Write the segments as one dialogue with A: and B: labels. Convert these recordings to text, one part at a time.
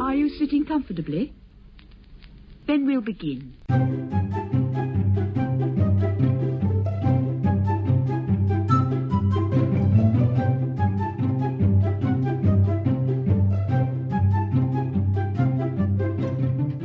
A: Are you sitting comfortably? Then we'll begin.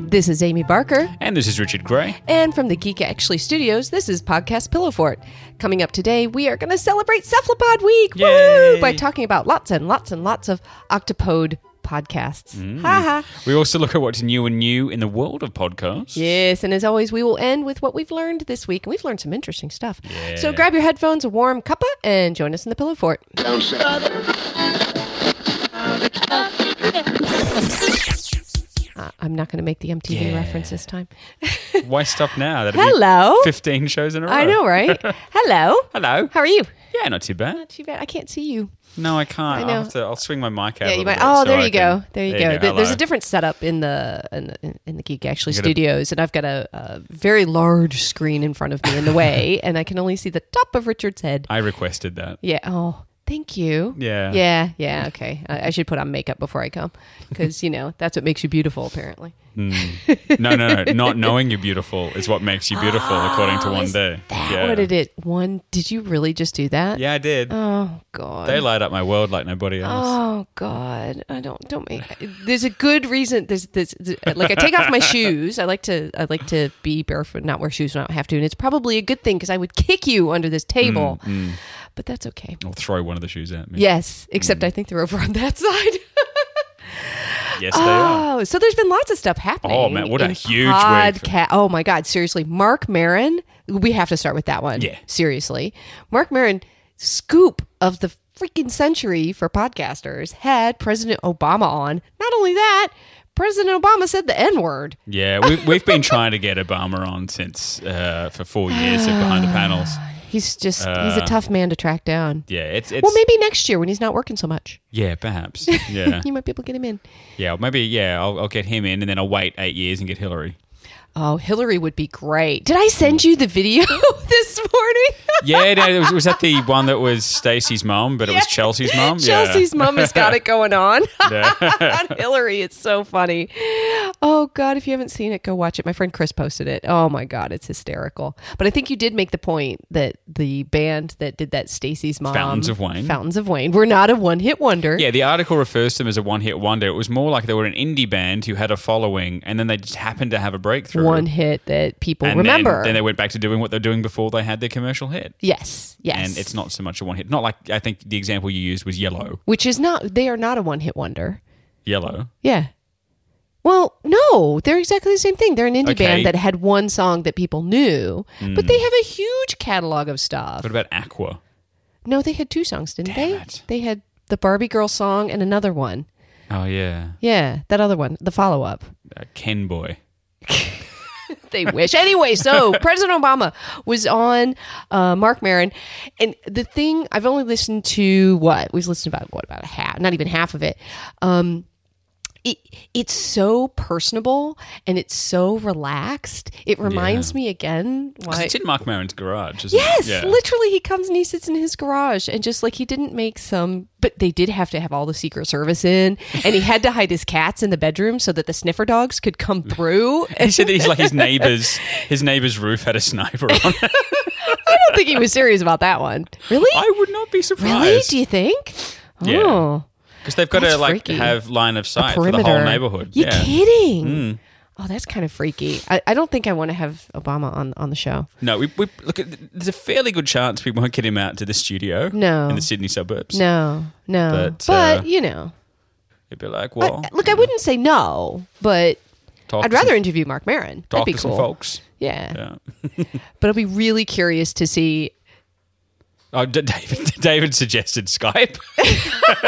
B: This is Amy Barker,
C: And this is Richard Gray.
B: and from the Geek Actually Studios, this is Podcast Pillow Fort. Coming up today, we are going to celebrate Cephalopod Week woo,
C: Yay.
B: by talking about lots and lots and lots of octopode podcasts.
C: Mm.
B: Ha ha.
C: We also look at what's new and new in the world of podcasts.
B: Yes, and as always, we will end with what we've learned this week, and we've learned some interesting stuff. So grab your headphones, a warm cuppa, and join us in the Pillow Fort.
D: Um,
B: Uh, I'm not going to make the MTV
C: Yeah.
B: reference this time.
C: Why stop now? That'll
B: Hello.
C: Be 15 shows in a row.
B: I know, right? Hello.
C: Hello.
B: How are you?
C: Yeah, not too bad.
B: Not too bad. I can't see you.
C: No, I can't.
B: know.
C: I'll, have to, I'll swing my mic
B: Yeah,
C: out. a
B: you
C: little
B: might.
C: bit
B: Oh,
C: so
B: there
C: I
B: you
C: can-
B: go. There you go. Th- There's
C: Hello.
B: a different setup in the in the, in the Geek Actually
C: gotta-
B: Studios, and I've got a, a very large screen in front of me in the way, and I can only see the top of Richard's head.
C: I requested that.
B: Yeah. Oh, thank you.
C: Yeah.
B: Yeah. Yeah. Okay. I, I should put on makeup before I come, because you know that's what makes you beautiful, apparently.
C: Mm. No, no, no. Not knowing you're beautiful is what makes you beautiful, according to one day.
B: Oh, That
C: yeah.
B: what it is. One. Did you really just do that?
C: Yeah, I did.
B: Oh God.
C: they light up my world like nobody else.
B: Oh God, I don't don't make. There's a good reason. There's this like I take off my shoes. I like to I like to be barefoot, not wear shoes when I don't have to, and it's probably a good thing because I would kick you under this table.
C: Hmm.
B: But that's okay.
C: Mm, I'll throw one of the shoes at me.
B: Yes, except
C: Hmm.
B: I think they're over on that side.
C: Yes, they are.
B: Oh, so there's been lots of stuff happening.
C: Oh, man, what a
B: in
C: huge
B: podca- Oh my God, seriously, Mark Marin. We have to start with that one.
C: Yeah.
B: seriously, Mark Marin, scoop of the freaking century for podcasters had President Obama on. Not only that, President Obama said the N word.
C: Yeah, we, we've been trying to get Obama on since uh, for four years at Behind the Panels.
B: He's just he's a tough man to track down.
C: Uh. Yeah, it's it's
B: Well, maybe next year when he's not working so much,
C: yeah, perhaps. Yeah,
B: you might be able to get him in.
C: yeah, maybe yeah. I'll, I'll get him in, and then I'll wait eight years and get Hillary.
B: Oh, Hillary would be great. Did I send you the video this morning?
C: Yeah, no, it was, was that the one that was Stacey's mom, but it was Chelsea's mom.
B: Chelsea's mum has got it going on.
C: Yeah.
B: Hillary, it's so funny. Oh God, if you haven't seen it, go watch it. My friend Chris posted it. Oh my God, it's hysterical. But I think you did make the point that the band that did that, Stacy's mom,
C: Fountains of Wayne.
B: Fountains of Wayne, were not a one-hit wonder.
C: Yeah, the article refers to them as a one-hit wonder. It was more like they were an indie band who had a following, and then they just happened to have a breakthrough.
B: one hit that people
C: and then-
B: remember.
C: Then, they went back to doing what they're doing before they had their commercial hit.
B: yes, yes,
C: And it's not so much a one-hit. Not like I think the example you used was Yellow.
B: which is not. They are not a one-hit wonder.
C: Yellow.
B: Yeah. Well, no, they're exactly the same thing. They're an indie
C: Okay. Hmm.
B: band that had one song that people knew, but they have a huge catalog of stuff.
C: What about Aqua?
B: No, they had two songs, didn't
C: Damn
B: they?
C: it.
B: They had the Barbie girl song and another one.
C: Oh yeah,
B: Yeah, that other one, the follow up.
C: uh, Ken Boy.
B: They wish. anyway, so President Obama was on uh, Mark Marin. And the thing, I've only listened to what? We've listened about, what, about a half, not even half of it. Um, it, it's so personable and it's so relaxed. It reminds me again why
C: It's in Mark Maron's garage. Isn't
B: Yes,
C: it? Yeah.
B: literally, he comes and he sits in his garage and just like he didn't make some, but they did have to have all the Secret Service in, and he had to hide his cats in the bedroom so that the sniffer dogs could come through.
C: He
B: And
C: said that he's like his neighbor's. His neighbor's roof had a sniper on. it.
B: I don't think he was serious about that one. Really?
C: I would not be
B: really?
C: surprised
B: Do you think?
C: Yeah.
B: Oh,
C: because they've got to
B: That's
C: like
B: freaky.
C: have line of sight for
B: perimeter.
C: the whole neighborhood.
B: You
C: yeah. Mm.
B: kidding? Oh, that's kind of freaky. I, I don't think I want to have Obama on on the show.
C: No, we, we look. at- There's a fairly good chance we won't get him out to the studio.
B: No.
C: in the Sydney suburbs.
B: No, no. But,
C: But, uh,
B: you know,
C: He'd be like,
B: I-
C: well,
B: look, I wouldn't say no, but
C: talk
B: I'd
C: to
B: rather
C: some,
B: interview Mark Maron. That'd
C: talk
B: be
C: to
B: cool.
C: some folks.
B: Yeah.
C: Yeah.
B: But I'll be really curious to see.
C: Oh, D- David. David suggested Skype.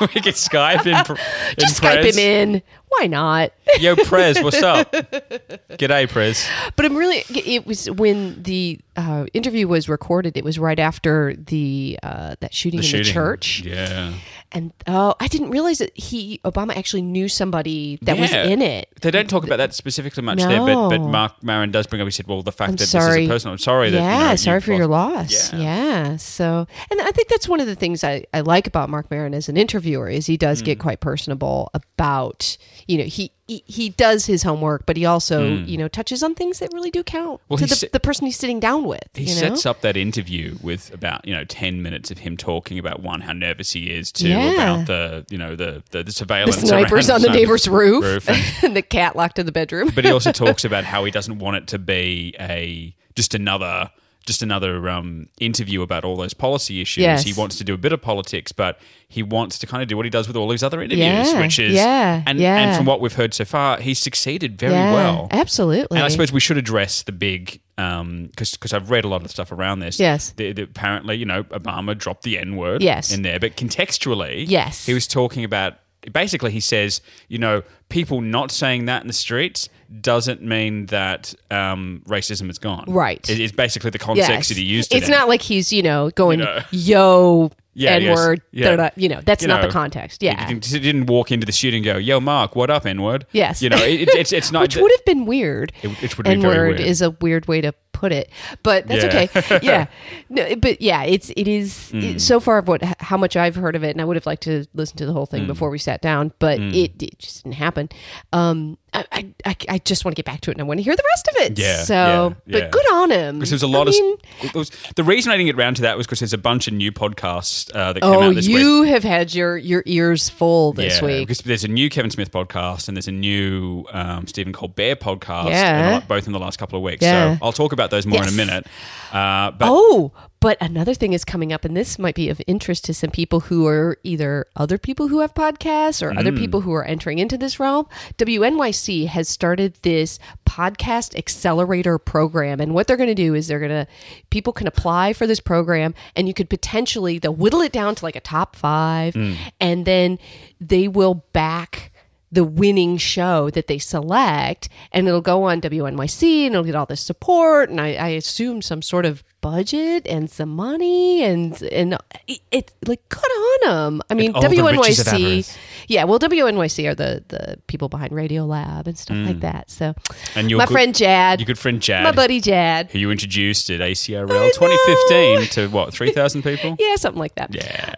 C: we could Skype in. Pr- in
B: Just Skype
C: Prez.
B: him in. Why not?
C: Yo, Prez, what's up? G'day, Prez.
B: But I'm really. It was when the uh, interview was recorded. It was right after the uh, that shooting in the church,
C: Yeah.
B: And oh, I didn't realize that he Obama actually knew somebody that was
C: Yeah.
B: in it.
C: They don't talk about that specifically much there, but, but
B: No.
C: Mark Maron does bring up. He said, "Well, the fact
B: I'm
C: that this
B: sorry.
C: is a person. I'm sorry that
B: yeah,
C: you know,
B: sorry
C: you've
B: for your
C: lost-
B: loss.
C: Yeah.
B: Yeah. So, and I think that's one of the things I, I like about Mark Maron as an interviewer is he does
C: Mm.
B: get quite personable about, you know, he, he, he does his homework, but he also, you know, touches on things that really do count
C: Mm. Well,
B: to
C: he
B: the,
C: se-
B: the person he's sitting down with.
C: He
B: you know?
C: sets up that interview with about you know ten minutes of him talking about one how nervous he is, two
B: Yeah.
C: about the you know the the, the
B: the
C: surveillance,
B: snipers
C: around
B: on the neighbor's roof,
C: and-
B: and the cat locked in the bedroom.
C: but he also talks about how he doesn't want it to be a just another just another um, interview about all those policy issues.
B: Yes.
C: He wants to do a bit of politics, but he wants to kind of do what he does with all his other interviews,
B: Yeah,
C: which is
B: yeah,
C: and
B: yeah.
C: and from what we've heard so far, he's succeeded very
B: Yeah,
C: well.
B: Absolutely.
C: And I suppose we should address the big because because I've read a lot of stuff around this.
B: Yes.
C: The- the- apparently, you know, Obama dropped the N word.
B: Yes.
C: in there, but contextually,
B: Yes.
C: he was talking about. Basically, he says, you know, people not saying that in the streets doesn't mean that um, racism is gone.
B: Right.
C: It- It's basically the context
B: Yes.
C: that he used.
B: It's
C: today.
B: not like he's, you know, going,
C: know.
B: yo,
C: Yeah, yes,
B: N word,
C: yeah.
B: you know, that's
C: You
B: not
C: know,
B: the context.
C: He
B: Yeah.
C: didn't, he didn't walk into the studio and go, "Yo, Mark, what up, N word?"
B: Yes.
C: You know, it, it- it's it's not.
B: which would have been weird.
C: It- which would be
B: N
C: very
B: word
C: weird.
B: is a weird way to put it, but that's
C: Yeah. Mm.
B: okay. Yeah, no, but yeah, it's it is it- so far of what how much I've heard of it, and I would have liked to listen to the whole thing
C: Mm.
B: before we sat down, but it, it just didn't happen. Um, I I, I, I just want to get back to it, and I want to hear the rest of it.
C: Yeah,
B: So,
C: yeah, yeah.
B: but good on him.
C: Because there's a lot
B: I
C: of
B: mean,
C: there was- the reason I didn't get round to that was because there's a bunch of new podcasts uh, that came
B: Oh,
C: out this week.
B: you have had your your ears full this
C: yeah,
B: week.
C: because there's a new Kevin Smith podcast and there's a new um, Stephen Colbert podcast,
B: Yeah.
C: and a lot- both in the last couple of weeks.
B: Yeah.
C: So I'll talk about those more
B: Yes.
C: in a minute. Uh, but
B: Oh, but another thing is coming up, and this might be of interest to some people who are either other people who have podcasts or
C: Mm.
B: other people who are entering into this realm. WNYC has started this podcast accelerator program, and what they're going to do is they're going to people can apply for this program, and you could potentially they'll whittle it down to like a top five,
E: Hmm.
B: and then they will back the winning show that they select and it'll go on WNYC and it'll get all this support and I, I assume some sort of budget and some money and and it, it like good on them. I mean
C: all the riches of
B: WNYC,
C: avarice.
B: yeah. Well, WNYC are the the people behind Radio Lab and stuff
C: Mm.
B: like that. So
C: And your
B: my
C: good-
B: friend Jad,
C: your good friend Jad,
B: my buddy Jad,
C: who you introduced at ACRL 2015 to what three thousand people?
B: yeah, something like that.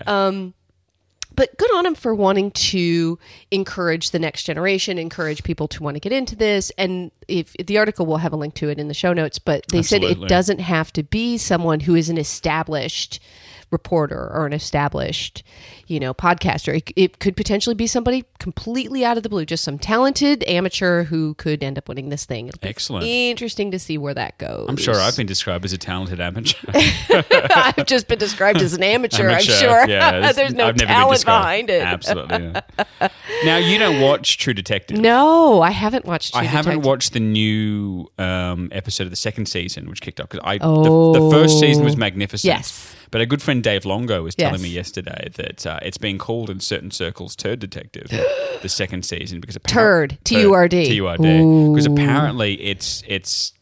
B: Um,
C: Yeah.
B: but good on him for wanting to encourage the next generation, encourage people to want to get into this. And if the article will have a link to it in the show notes, but they said it
C: Absolutely.
B: doesn't have to be someone who is an established reporter or an established, you know, podcaster. It, it could potentially be somebody completely out of the blue, just some talented amateur who could end up winning this thing. It'll be
C: Excellent.
B: Interesting to see where that goes.
C: I'm sure I've been described as a talented amateur.
B: I've just been described as an amateur.
C: Amateur,
B: I'm sure.
C: Yeah,
B: There's no
C: I've never been
B: talent
C: described.
B: behind it.
C: Absolutely. yeah. now you don't watch True Detective.
B: No, I haven't watched. True
C: I haven't
B: Detective.
C: watched the new um, episode of the second season, which kicked off because I the, the first season was
B: Oh.
C: magnificent.
B: Yes.
C: but a good friend Dave Longo was telling
B: Yes.
C: me yesterday that uh, it's being called in certain circles "Turd Detective," the second season because appar-
B: Turd, T-U-R-D.
C: Turd, T-U-R-D, because apparently it's it's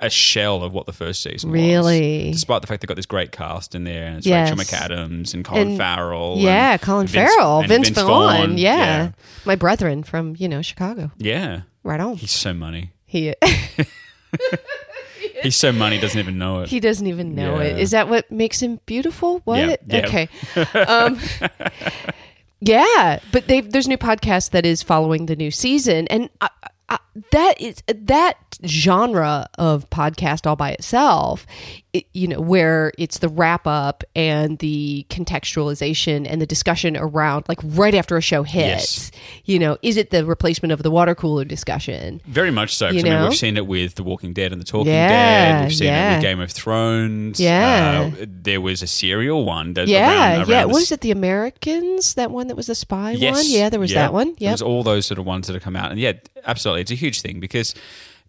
C: a shell of what the first season was.
B: Really?
C: despite the fact they got this great cast in there and it's
B: Yes.
C: Rachel McAdams and Colin
B: And-
C: Farrell,
B: Yeah,
C: and
B: Colin
C: Vince-
B: Farrell,
C: and
B: Vince, Vaughn. Yeah.
C: yeah,
B: my brethren from you know Chicago.
C: yeah.
B: Right on.
C: He's so money.
B: He
C: He's so money, doesn't even know it.
B: he doesn't even know
C: Yeah.
B: it. Is that what makes him beautiful? What?
C: Yeah, yeah.
B: Okay. Um, yeah, but they there's a new podcast that is following the new season, and I, I, that is that genre of podcast all by itself. it- you know, where it's the wrap up and the contextualization and the discussion around, like right after a show hits.
C: Yes.
B: You know, is it the replacement of the water cooler discussion?
C: Very much so. 'cause,
B: You
C: I mean,
B: know?
C: we've seen it with The Walking Dead and The Talking
B: Yeah,
C: Dead. We've seen it
B: yeah.
C: with Game of Thrones.
B: Yeah.
C: Uh, there was a serial one. That
B: Yeah,
C: around, around
B: yeah.
C: the
B: What was
C: s-
B: it? The Americans? That one that was the spy
C: Yes.
B: one? Yeah, there was
C: yeah.
B: that one.
C: There
B: Yeah.
C: was all those sort of ones that have come out. And yeah, absolutely. It's a huge thing because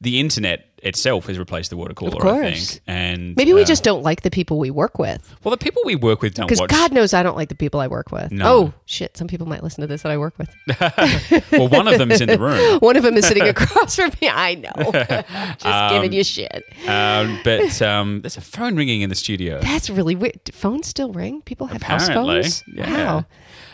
C: the internet itself has replaced the water cooler, I
B: course.
C: think. And
B: Maybe we
C: uh,
B: just don't like the people we work with.
C: Well, the people we work with don't
B: Because
C: watch.
B: God knows I don't like the people I work with.
C: No.
B: Oh, shit. Some people might listen to this that I work with.
C: Well, one of them's in the room.
B: One of them is sitting across from me. I know. just giving you shit.
C: Um, but um, there's a phone ringing in the studio.
B: That's really weird. Do Phones still ring? People have house
C: Apparently,
B: phones?
C: yeah.
B: Wow.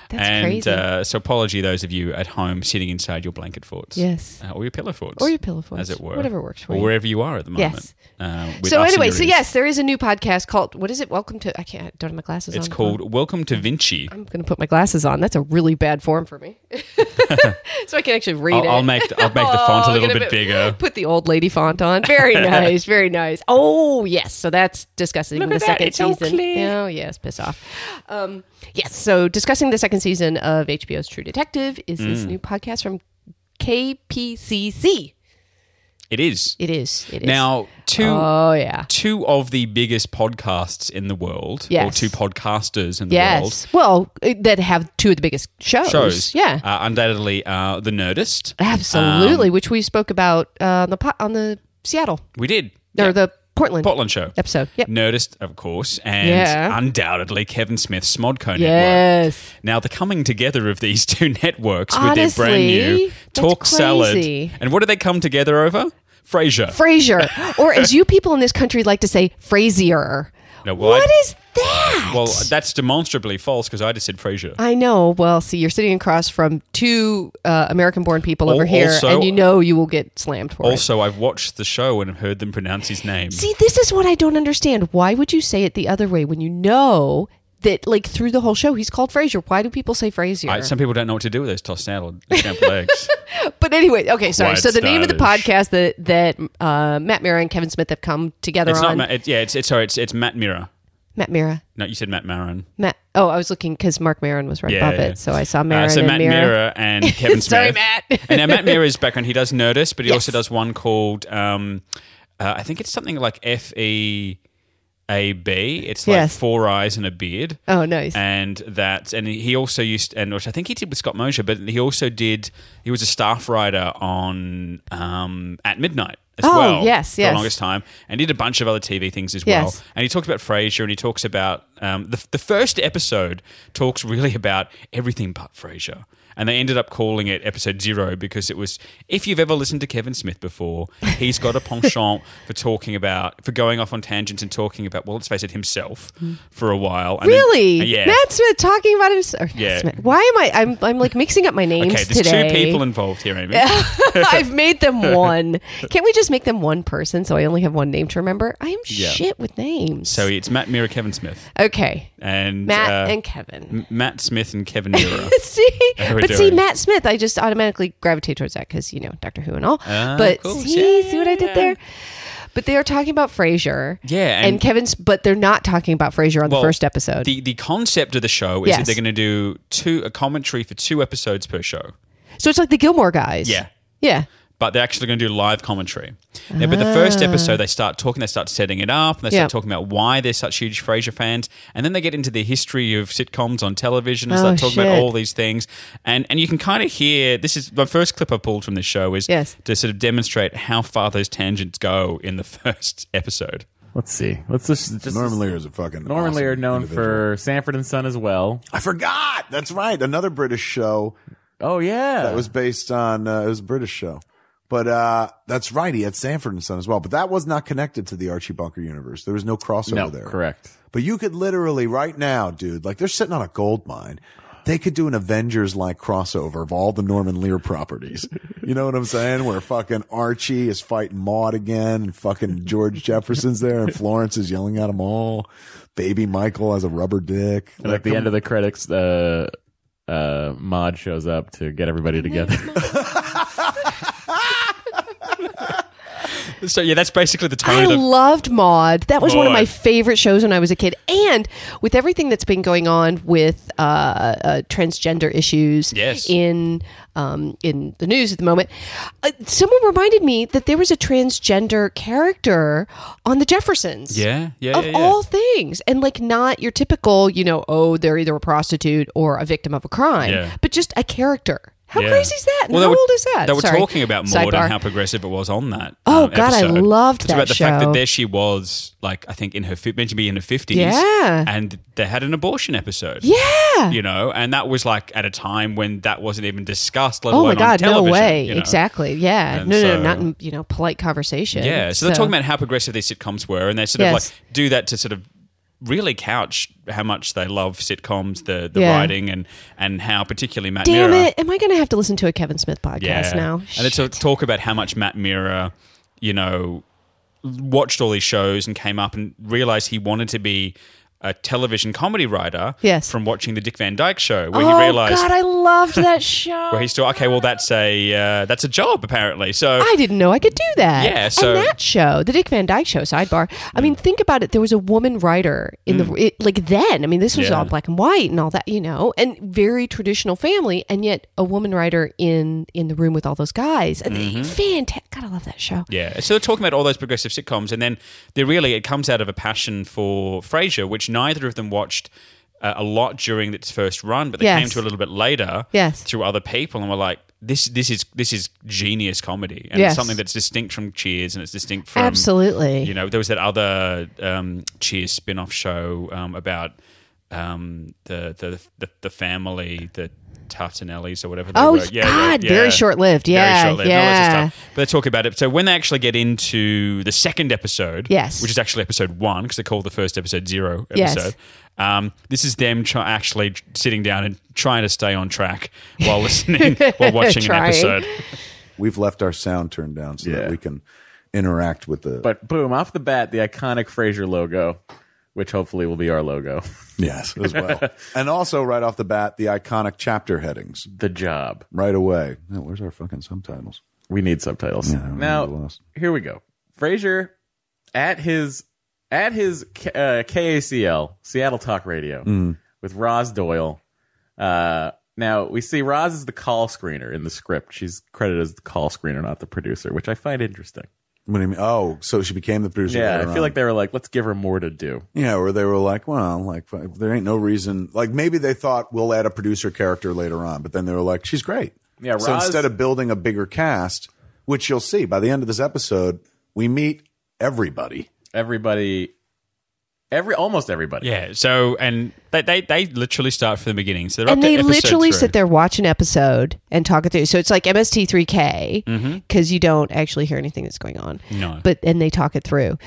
B: That's
C: and
B: crazy.
C: Uh, so, apology those of you at home sitting inside your blanket forts,
B: Yes.
C: uh, or your pillow forts,
B: Or your pillow forts.
C: as it were,
B: Whatever works for
C: or
B: you.
C: wherever you are at the
B: Yes.
C: moment. Uh, with
B: So
C: us and
B: anyway,
C: your
B: so
C: ears.
B: yes, there is a new podcast called what is it? Welcome to I can't I don't have my glasses on.
C: it's called Welcome to Vinci.
B: I'm going to put my glasses on. That's a really bad form for me. so I can actually read
C: I'll,
B: it.
C: I'll make I'll make the
B: Oh,
C: font a
B: I'll
C: little
B: get
C: bit bigger.
B: Put the old lady font on. Very nice, very nice. Oh yes, so that's discussing
C: Look
B: the
C: at that,
B: second
C: it's all
B: season.
C: clear.
B: Oh yes, piss off. Um, yes, so discussing the second season of HBO's True Detective is this
C: Mm.
B: new podcast from KPCC.
C: It is
B: It is. It is
C: now two
B: Oh yeah.
C: two of the biggest podcasts in the world,
B: Yes.
C: or two podcasters in the world.
B: Yes. Well, it- that have two of the biggest shows.
C: Shows, Um,
B: Yeah.
C: uh, undoubtedly, uh, the Nerdist.
B: Absolutely, which we spoke about uh, on the po- on the Seattle
C: We did
B: or
C: Yeah.
B: the Portland
C: Portland show
B: episode. Yep.
C: Nerdist, of course, and
B: Yeah.
C: undoubtedly Kevin Smith's Smodco Network.
B: Yes.
C: Now the coming together of these two networks with their brand
B: Honestly,
C: new
B: that's
C: Talk Salad,
B: crazy.
C: and what do they come together over? Frasier.
B: Frasier, or as you people in this country like to say, Frasier.
C: No, well,
B: What
C: I-
B: is that?
C: Well, that's demonstrably false because I just said Frasier.
B: I know. Well, see, you're sitting across from two uh, American-born people over
C: Al-
B: here,
C: also-
B: and you know you will get slammed for it.
C: Also, I've watched the show and have heard them pronounce his name.
B: See, this is what I don't understand. Why would you say it the other way when you know that, like, through the whole show, he's called Frasier? Why do people say Frasier?
C: I, some people don't know what to do with those tossed salad and scrambled eggs.
B: But anyway, okay, sorry.
C: Quite
B: So the name of the
C: stylish.
B: podcast that that uh, Matt Mira and Kevin Smith have come together
C: It's
B: on
C: not. Ma- it, yeah, it's, it's sorry. It's it's Matt Mirror.
B: Matt Mira.
C: No, you said Matt Maron.
B: Matt. Oh, I was looking because Mark Maron was right
C: Yeah,
B: above
C: yeah.
B: it, so I saw
C: Uh,
B: Maron
C: so
B: and
C: Matt
B: Mira.
C: Mirror and Kevin Smith.
B: Sorry, Matt.
C: and now Matt Mirror's background. He does Nerdist, but he
B: Yes.
C: also does one called. Um, uh, I think it's something like F E A B. It's like
B: Yes.
C: four eyes and a beard.
B: Oh, nice.
C: and that and he also used and which I think he did with Scott Mosher, but he also did he was a staff writer on um, at midnight as
B: Oh,
C: well.
B: yes,
C: for
B: yes.
C: the longest time, and did a bunch of other TV things as
B: Yes.
C: well. And he talks about Frasier, and he talks about um, the the first episode talks really about everything but Frasier. And they ended up calling it episode zero because it was. If you've ever listened to Kevin Smith before, he's got a penchant for talking about, for going off on tangents and talking about. Well, let's face it, himself for a while. And then-
B: Mm.
C: uh,
B: Really,
C: yeah.
B: Matt Smith talking about himself.
C: Yeah.
B: Smith. Why am I? I'm I'm like mixing up my names
C: Okay, there's
B: today.
C: two people involved here, Amy.
B: I've made them one. Can't we just make them one person so I only have one name to remember? I am
C: Yeah.
B: shit with names.
C: So it's Matt Mira, Kevin Smith,
B: okay,
C: and
B: Matt
C: uh,
B: and Kevin.
C: M- Matt Smith and Kevin Mira.
B: see,
C: How we
B: but see,
C: doing?
B: Matt Smith, I just automatically gravitate towards that because you know Doctor Who and all.
C: Ah,
B: but
C: of course,
B: see,
C: yeah,
B: see what I did
C: yeah.
B: there. But they are talking about Frasier,
C: Yeah,
B: and,
C: and-
B: Kevin's. But they're not talking about Frasier on
C: Well,
B: the first episode.
C: the the concept of the show is
B: Yes.
C: that they're going to do two a commentary for two episodes per show,
B: so it's like the Gilmore guys.
C: Yeah.
B: yeah.
C: but they're actually going to do live commentary. Now, but the first episode, they start talking, they start setting it up, and they start
B: Ah. Yep.
C: talking about why they're such huge Frasier fans, and then they get into the history of sitcoms on television and
B: Oh,
C: start talking about
B: shit.
C: all these things, and and you can kind of hear this is my first clip I pulled from this show is
B: Yes.
C: to sort of demonstrate how far those tangents go in the first episode.
F: Let's see. Let's just, just
E: Norman Lear is a fucking
F: Norman
E: awesome
F: Lear, known
E: individual.
F: for Sanford and Son as well.
E: I forgot. That's right. Another British show
F: Oh yeah,
E: that was based on uh, it was a British show, but uh, that's right. He had Sanford and Son as well, but that was not connected to the Archie Bunker universe. There was no crossover
F: no
E: there.
F: correct.
E: But you could literally right now, dude. Like they're sitting on a gold mine. They could do an Avengers like crossover of all the Norman Lear properties. You know what I'm saying? Where fucking Archie is fighting Maud again and fucking George Jefferson's there and Florence is yelling at them all. Baby Michael has a rubber dick.
F: And at the end of the credits, uh, uh, Mod shows up to get everybody together.
C: So yeah, that's basically the tone
B: I
C: of the
B: loved Maud. That was one of my
C: Maud.
B: favorite shows when I was a kid. And with everything that's been going on with uh, uh, transgender issues
C: Yes.
B: in um, in the news at the moment, uh, someone reminded me that there was a transgender character on The Jeffersons.
C: yeah, yeah,
B: Of
C: yeah, yeah.
B: all things, and like not your typical, you know, oh, they're either a prostitute or a victim of a crime,
C: Yeah.
B: but just a character. How
C: Yeah.
B: crazy is that? And
C: Well, they
B: How
C: were-
B: old is that?
C: They were
B: Sorry.
C: talking about Maud
B: Sidebar.
C: and how progressive it was on that. um,
B: Oh, God, I
C: episode.
B: loved
C: it's
B: that
C: about the fact
B: show.
C: that there she was, like I think in her fif- meant to be in her fifties.
B: Yeah.
C: and they had an abortion episode.
B: Yeah.
C: you know, and that was like at a time when that wasn't even discussed. Let
B: oh
C: alone
B: my
C: on
B: god
C: television,
B: no way
C: you know?
B: exactly yeah
C: And
B: no no
C: so-
B: no not in you know polite conversation
C: Yeah, so, they're talking about how progressive these sitcoms were, and they sort
B: Yes.
C: of like do that to sort of really couch how much they love sitcoms, the the
B: Yeah.
C: writing, and and how particularly Matt.
B: Damn
C: Mirra,
B: it! Am I going to have to listen to a Kevin Smith podcast now?
C: and it's a
B: Shit.
C: talk about how much Matt Mirror, you know, watched all these shows and came up and realized he wanted to be a television comedy writer.
B: Yes.
C: From watching the Dick Van Dyke Show, where
B: oh
C: he realized.
B: God, I loved that show.
C: where he's still okay. Well, that's a uh, that's a job apparently. So
B: I didn't know I could do that.
C: Yeah, so-
B: and that show, the Dick Van Dyke show, sidebar. I mean, think about it. There was a woman writer in the it, like then. I mean, this was
C: Mm. Yeah.
B: all black and white and all that, you know, and very traditional family, and yet a woman writer in in the room with all those guys.
C: Mm-hmm.
B: Fantastic! God, I love that show.
C: Yeah, so they're talking about all those progressive sitcoms, and then they really it comes out of a passion for Frasier, which neither of them watched uh, a lot during its first run, but they
B: Yes.
C: came to a little bit later
B: Yes.
C: through other people, and were like, "This, this is this is genius comedy, and
B: Yes.
C: it's something that's distinct from Cheers, and it's distinct from
B: Absolutely.
C: You know, there was that other um, Cheers spin-off show um, about um, the, the the the family, the Tartinellis or whatever. They
B: Oh,
C: were. Yeah, yeah,
B: God,
C: yeah.
B: very short-lived. Yeah,
C: very short-lived. and all that sort of
B: yeah.
C: stuff. But they talk about it. So when they actually get into the second episode,
B: Yes.
C: which is actually episode one because they call the first episode zero
B: Yes.
C: episode. Um, this is them try- actually sitting down and trying to stay on track while listening while watching an
B: Trying.
C: episode.
E: We've left our sound turned down so
F: Yeah.
E: that we can interact with the.
F: But boom, off the bat, the iconic Frasier logo, which hopefully will be our logo.
E: yes, as well. and also, right off the bat, the iconic chapter headings
F: the job.
E: right away. Yeah, where's our fucking subtitles?
F: We need subtitles.
E: I don't know, we
F: now,
E: lost.
F: here we go. Frasier at his at his K- uh, KACL Seattle Talk Radio with Roz Doyle. Uh, now we see Roz is the call screener in the script. She's credited as the call screener, not the producer, which I find interesting.
E: What do you mean? Oh, so she became the producer.
F: Yeah, I
E: later
F: feel
E: on.
F: like they were like, let's give her more to do.
E: Yeah, where they were like, well, like there ain't no reason. Like maybe they thought we'll add a producer character later on, but then they were like, she's great.
F: Yeah,
E: So
F: Roz-
E: instead of building a bigger cast, which you'll see by the end of this episode, we meet everybody.
F: Everybody, every almost everybody.
C: Yeah. So and they, they they literally start from the beginning. So they're up
B: and
C: to
B: they
C: episode
B: literally
C: three.
B: sit there watch an episode and talk it through. So it's like MST3K because you don't actually hear anything that's going on.
C: Mm-hmm. No.
B: but and they talk it through.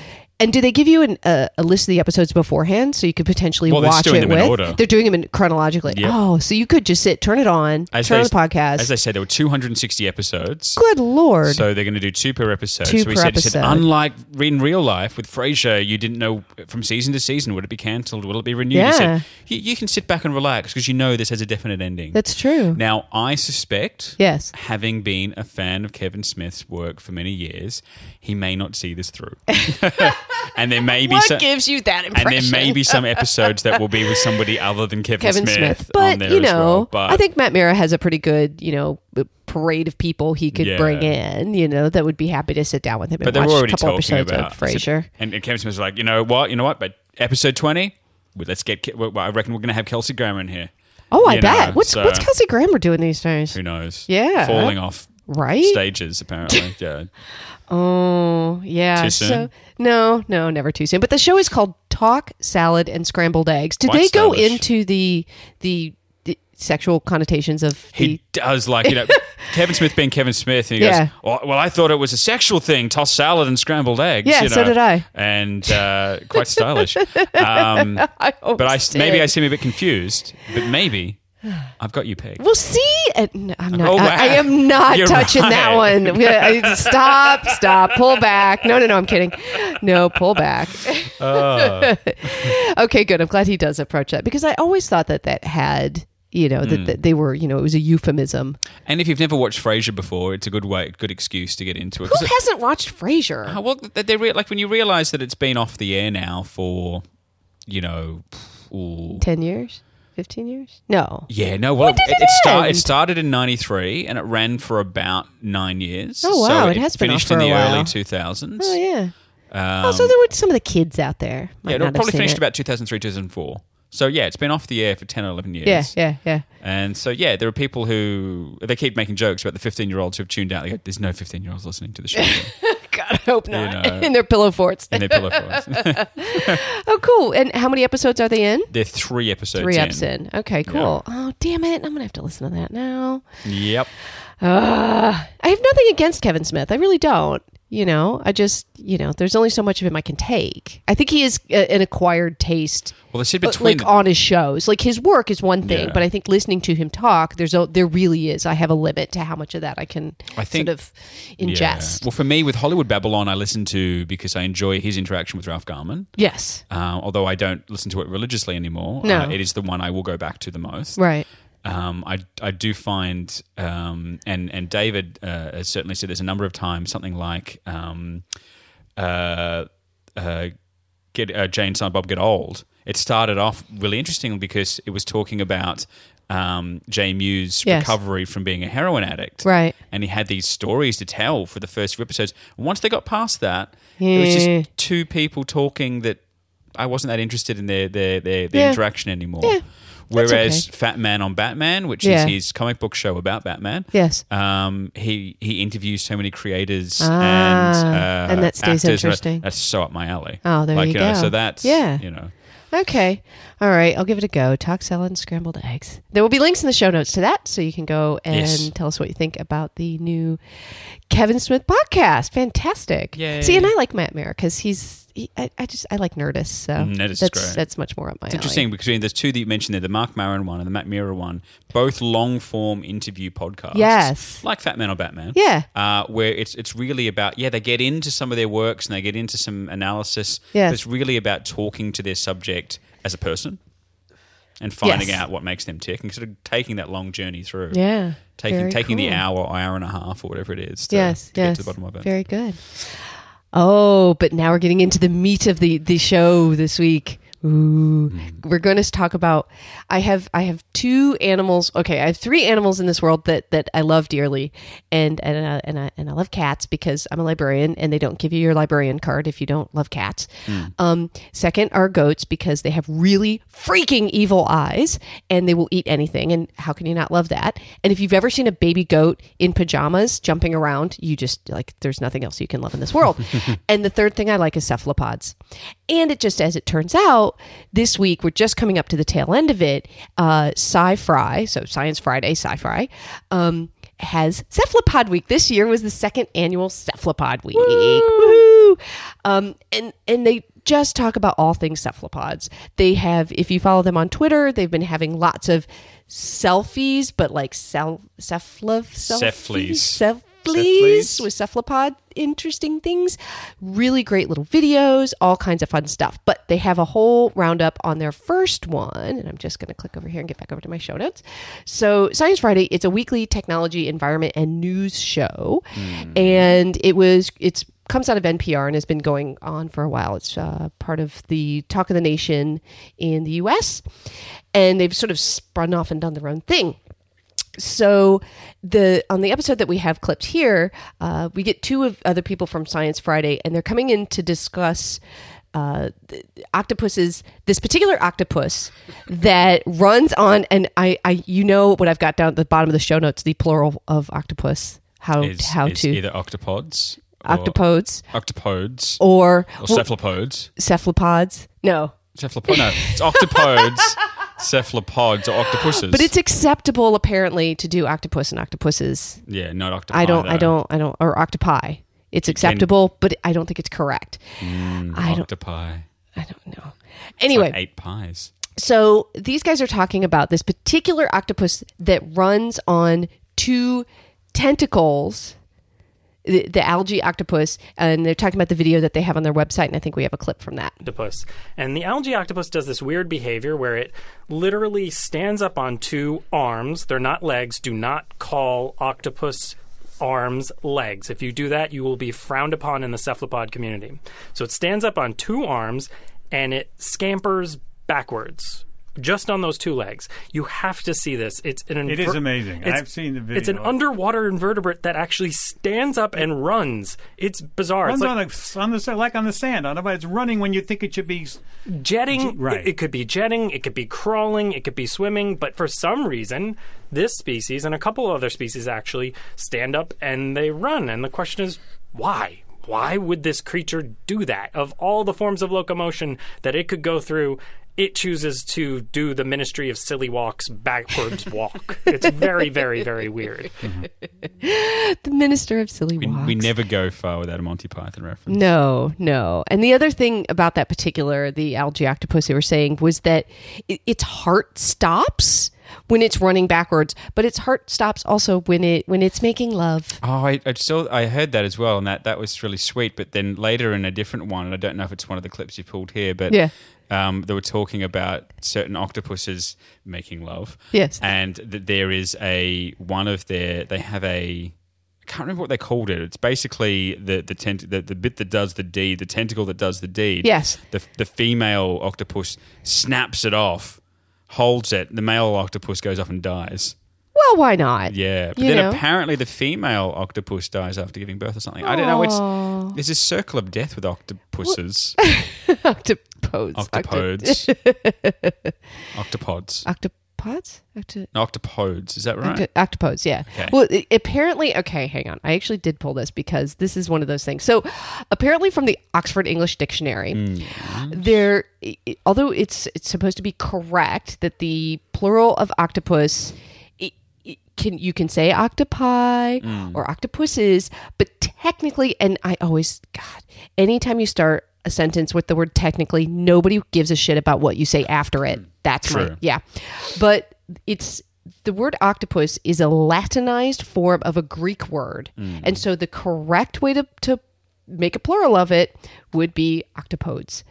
B: And do they give you an, uh, a list of the episodes beforehand so you could potentially
C: Well, they're
B: watch
C: doing
B: it
C: them in
B: with?
C: order.
B: They're doing them in chronologically.
C: Yep.
B: Oh, so you could just sit, turn it on, turn on the podcast.
C: As they said, there were 260 episodes.
B: Good lord!
C: So they're going to do two per episode.
B: Two
C: so he
B: per
C: said, he said,
B: episode.
C: unlike in real life with Frasier, you didn't know from season to season would it be cancelled, will it be renewed. He said, you, you can sit back and relax because you know this has a definite ending.
B: That's true.
C: Now I suspect,
B: Yes.
C: having been a fan of Kevin Smith's work for many years, he may not see this through, and there may be
B: what
C: some.
B: gives you that
C: and
B: impression?
C: there may be some episodes that will be with somebody other than Kevin,
B: Kevin Smith,
C: on
B: but
C: there
B: you
C: as
B: know,
C: well. But
B: I think Matt Mira has a pretty good, you know, b- parade of people he could
C: Yeah.
B: bring in. You know, that would be happy to sit down with him
C: but
B: and
C: they were
B: watch a
C: already
B: couple
C: talking
B: episodes
C: about
B: of Frasier.
C: And, and Kevin Smith was like, you know what, you know what, but episode twenty, well, let's get. Ke- well, I reckon we're going to have Kelsey Grammer in here.
B: Oh, I
C: You
B: bet.
C: know,
B: what's
C: so-
B: what's Kelsey Grammer doing these days?
C: Who knows?
B: Yeah.
C: falling off
B: Right?
C: stages apparently. Yeah,
B: Oh, yeah.
C: Too soon?
B: So no, no, never too soon. But the show is called Talk Salad and Scrambled Eggs. Did
C: Quite
B: they go
C: stylish.
B: into the, the the sexual connotations of the?
C: he does like you know. Kevin Smith being Kevin Smith, and he
B: Yeah.
C: goes, "Oh, well, "Well, I thought it was a sexual thing: tossed salad and scrambled eggs."
B: Yeah,
C: you
B: so
C: know,
B: did I.
C: and uh, quite stylish. Um,
B: I always
C: but I
B: did.
C: maybe I seem a bit confused, but maybe I've got you pegged.
B: Well, see, uh, no, I'm not.
C: Oh,
B: I,
C: wow.
B: I am not
C: You're
B: touching that
C: right.
B: one. We- I- stop, stop, pull back. No, no, no. I'm kidding. No, pull back.
C: Uh.
B: okay, good. I'm glad he does approach that because I always thought that that had. You know
C: Hmm.
B: that, that they were. You know, it was a euphemism.
C: And if you've never watched Frasier before, it's a good way, good excuse to get into it. 'Cause
B: Who
C: it-
B: hasn't watched Frasier?
C: Oh, well, th- they re- like when you realize that it's been off the air now for, you know, ooh.
B: 10 years 15 years no
C: yeah, no, well, it,
B: did it
C: it, sta- it
B: end?
C: started in '93 and it ran for about nine years.
B: Oh,
C: so
B: wow, it has been off
C: finished
B: for
C: in the
B: a while.
C: early 2000s.
B: oh yeah
C: Um,
B: also there were some of the kids out there might
C: yeah, it
B: not have
C: probably
B: seen
C: finished
B: it.
C: about 2003, 2004. So yeah, it's been off the air for 10 or 11 years.
B: yeah yeah yeah
C: And so yeah, there are people who they keep making jokes about the 15-year-olds who've tuned out. They go, "There's no 15-year-olds listening to the show
B: god i hope not
C: know.
B: in their pillow forts
C: uh, in their pillow fights."
B: oh cool and how many episodes are they in
C: They're three episodes
B: three
C: in.
B: eps in okay cool oh damn it i'm gonna have to listen to that now
C: Yep.
B: Ugh. i have nothing against kevin smith i really don't You know, I just, you know, there's only so much of him I can take. I think he is a, an acquired taste.
C: Well, they said
B: uh, like
C: between the-
B: on his shows, like his work is one thing,
C: Yeah.
B: but I think listening to him talk, there's a, there really is. I have a limit to how much of that I can
C: I think-
B: sort of
C: Yeah.
B: ingest.
C: Well, for me, with Hollywood Babylon, I listen to because I enjoy his interaction with Ralph Garman.
B: Yes,
C: Uh, although I don't listen to it religiously anymore,
B: No.
C: uh, it is the one I will go back to the most.
B: right.
C: Um, I, I do find, um, and and David uh, has certainly said this a number of times, something like, um, uh, uh, "Get uh, Jane Silent Bob Get Old." It started off really interesting because it was talking about um, Jay Mew's
B: Yes.
C: recovery from being a heroin addict,
B: Right.
C: And he had these stories to tell for the first few episodes. And once they got past that, it was
B: Yeah.
C: just two people talking that I wasn't that interested in their their their, their
B: Yeah.
C: interaction anymore.
B: Yeah. That's
C: Whereas
B: okay.
C: Fat Man on Batman, which
B: Yeah.
C: is his comic book show about Batman.
B: Yes.
C: Um, he he interviews so many creators
B: Ah,
C: and uh,
B: and that stays
C: actors.
B: interesting.
C: That's so up my alley.
B: Oh, there
C: like,
B: you
C: know,
B: go.
C: So that's
B: Yeah.
C: you know.
B: Okay. All right. I'll give it a go. Talk salad and scrambled eggs. There will be links in the show notes to that, so you can go and
C: Yes.
B: tell us what you think about the new Kevin Smith podcast. Fantastic.
C: Yay.
B: See, and I like Matt Mayer because he's. He, I, I just I like Nerdist, so
C: Mm, Nerdist Mm-hmm. is
B: that's
C: great.
B: that's much more up my.
C: It's interesting because there's two that you mentioned there, the Mark Maron one and the Matt Mira one, both long form interview podcasts.
B: Yes.
C: Like Fat Man or Batman.
B: Yeah.
C: Uh, where it's it's really about yeah, they get into some of their works and they get into some analysis.
B: Yes.
C: But it's really about talking to their subject as a person and finding
B: Yes.
C: out what makes them tick and sort of taking that long journey through.
B: Yeah.
C: Taking
B: Very
C: taking the
B: cool.
C: hour, hour and a half or whatever it is to,
B: yes.
C: to
B: yes.
C: get to the bottom of it.
B: Very good. Oh, but now we're getting into the meat of the the show this week. Ooh,
C: Mm-hmm.
B: we're going to talk about. I have I have two animals. Okay, I have three animals in this world that that I love dearly, and and I, and I and I love cats because I'm a librarian, and they don't give you your librarian card if you don't love cats.
G: Hmm.
B: Um, second are goats because they have really freaking evil eyes, and they will eat anything. And how can you not love that? And if you've ever seen a baby goat in pajamas jumping around, you just like there's nothing else you can love in this world. and the third thing I like is cephalopods. And it just as it turns out, this week we're just coming up to the tail end of it. Uh, Sci Fry, so Science Friday, Sci Fry, um, has cephalopod week. This year was the second annual cephalopod week. Woohoo! Um, and and they just talk about all things cephalopods. They have, if you follow them on Twitter, they've been having lots of selfies, but like cel- cephalov
C: Cephalies.
B: selfies,
C: Cephalies.
B: cephalies with cephalopod. Interesting things, really great little videos, all kinds of fun stuff. But they have a whole roundup on their first one, and I'm just going to click over here and get back over to my show notes. So Science Friday, it's a weekly technology, environment, and news show, and it was it's comes out of NPR and has been going on for a while. It's uh, part of the Talk of the Nation in the U.S., and they've sort of spun off and done their own thing. So the on the episode that we have clipped here, uh, we get two of other people from Science Friday, and they're coming in to discuss. Uh, the octopuses. This particular octopus that runs on, and I, I, you know what I've got down at the bottom of the show notes. The plural of octopus. How
C: Is,
B: how
C: is
B: to
C: either octopods or-
B: octopodes
C: octopodes or,
B: or, well,
C: cephalopods.
B: cephalopods. No,
C: Cephalopod no, it's octopodes, cephalopods or octopuses.
B: but it's acceptable apparently to do octopus and octopuses.
C: Yeah, not octopi.
B: I don't. I
C: though.
B: don't. I don't. Or octopi. It's acceptable, but I don't think it's correct. I don't.
C: Hmm, Octopi.
B: I don't know. Anyway,
C: Mm, Like eight pies.
B: so these guys are talking about this particular octopus that runs on two tentacles the, the algae octopus and they're talking about the video that they have on their website and i think we have a clip from that
H: octopus. And the algae octopus does this weird behavior where it literally stands up on two arms. They're not legs. Do not call octopus arms legs. If you do that, you will be frowned upon in the cephalopod community. So it stands up on two arms and it scampers backwards. Just on those two legs, you have to see this. It's an
I: It is amazing. I've seen the video.
H: It's an underwater invertebrate that actually stands up and runs. It's bizarre.
I: Runs
H: it's like,
I: on the on the like on the sand. On the, it's running when you think it should be.
H: jetting
I: right.
H: it, it could be jetting it could be crawling it could be swimming but for some reason this species and a couple other species actually stand up and they run and the question is why why would this creature do that of all the forms of locomotion that it could go through it chooses to do the ministry of silly walks backwards walk it's very very very weird
B: the minister of silly
C: We,
B: walks.
C: we never go far without a Monty Python reference.
B: No, no. And the other thing about that particular, the algae octopus they were saying, was that it, its heart stops when it's running backwards, but its heart stops also when it when it's making love.
C: Oh, I, I saw. I heard that as well, and that that was really sweet. But then later in a different one, and I don't know if it's one of the clips you pulled here, but
B: Yeah.
C: um, they were talking about certain octopuses making love.
B: Yes.
C: and that there is a one of their they have a. I can't remember what they called it. It's basically the the, tent, the the bit that does the deed, the tentacle that does the deed.
B: Yes.
C: The the female octopus snaps it off, holds it. The male octopus goes off and dies.
B: Well, why not?
C: Yeah, but
B: You
C: then
B: know?
C: apparently the female octopus dies after giving birth or something. I don't know. It's there's a circle of death with octopuses,
B: Octopose.
C: octopodes, octopods,
B: Octo- octopods? Octo-
C: No, octopodes. Is that right?
B: Octo- octopose, yeah. Well, i apparently, okay, hang on. I actually did pull this because this is one of those things. So, apparently, from the Oxford English Dictionary,
C: Mm.
B: there, i- i- although it's it's supposed to be correct that the plural of octopus. i- i- Can, you can say octopi
C: Mm.
B: or octopuses, but technically, and I always, God, anytime you start a sentence with the word technically, nobody gives a shit about what you say after it. That's
C: True.
B: my, yeah. But it's the word octopus is a Latinized form of a Greek word. And so the correct way to, to make a plural of it would be octopodes.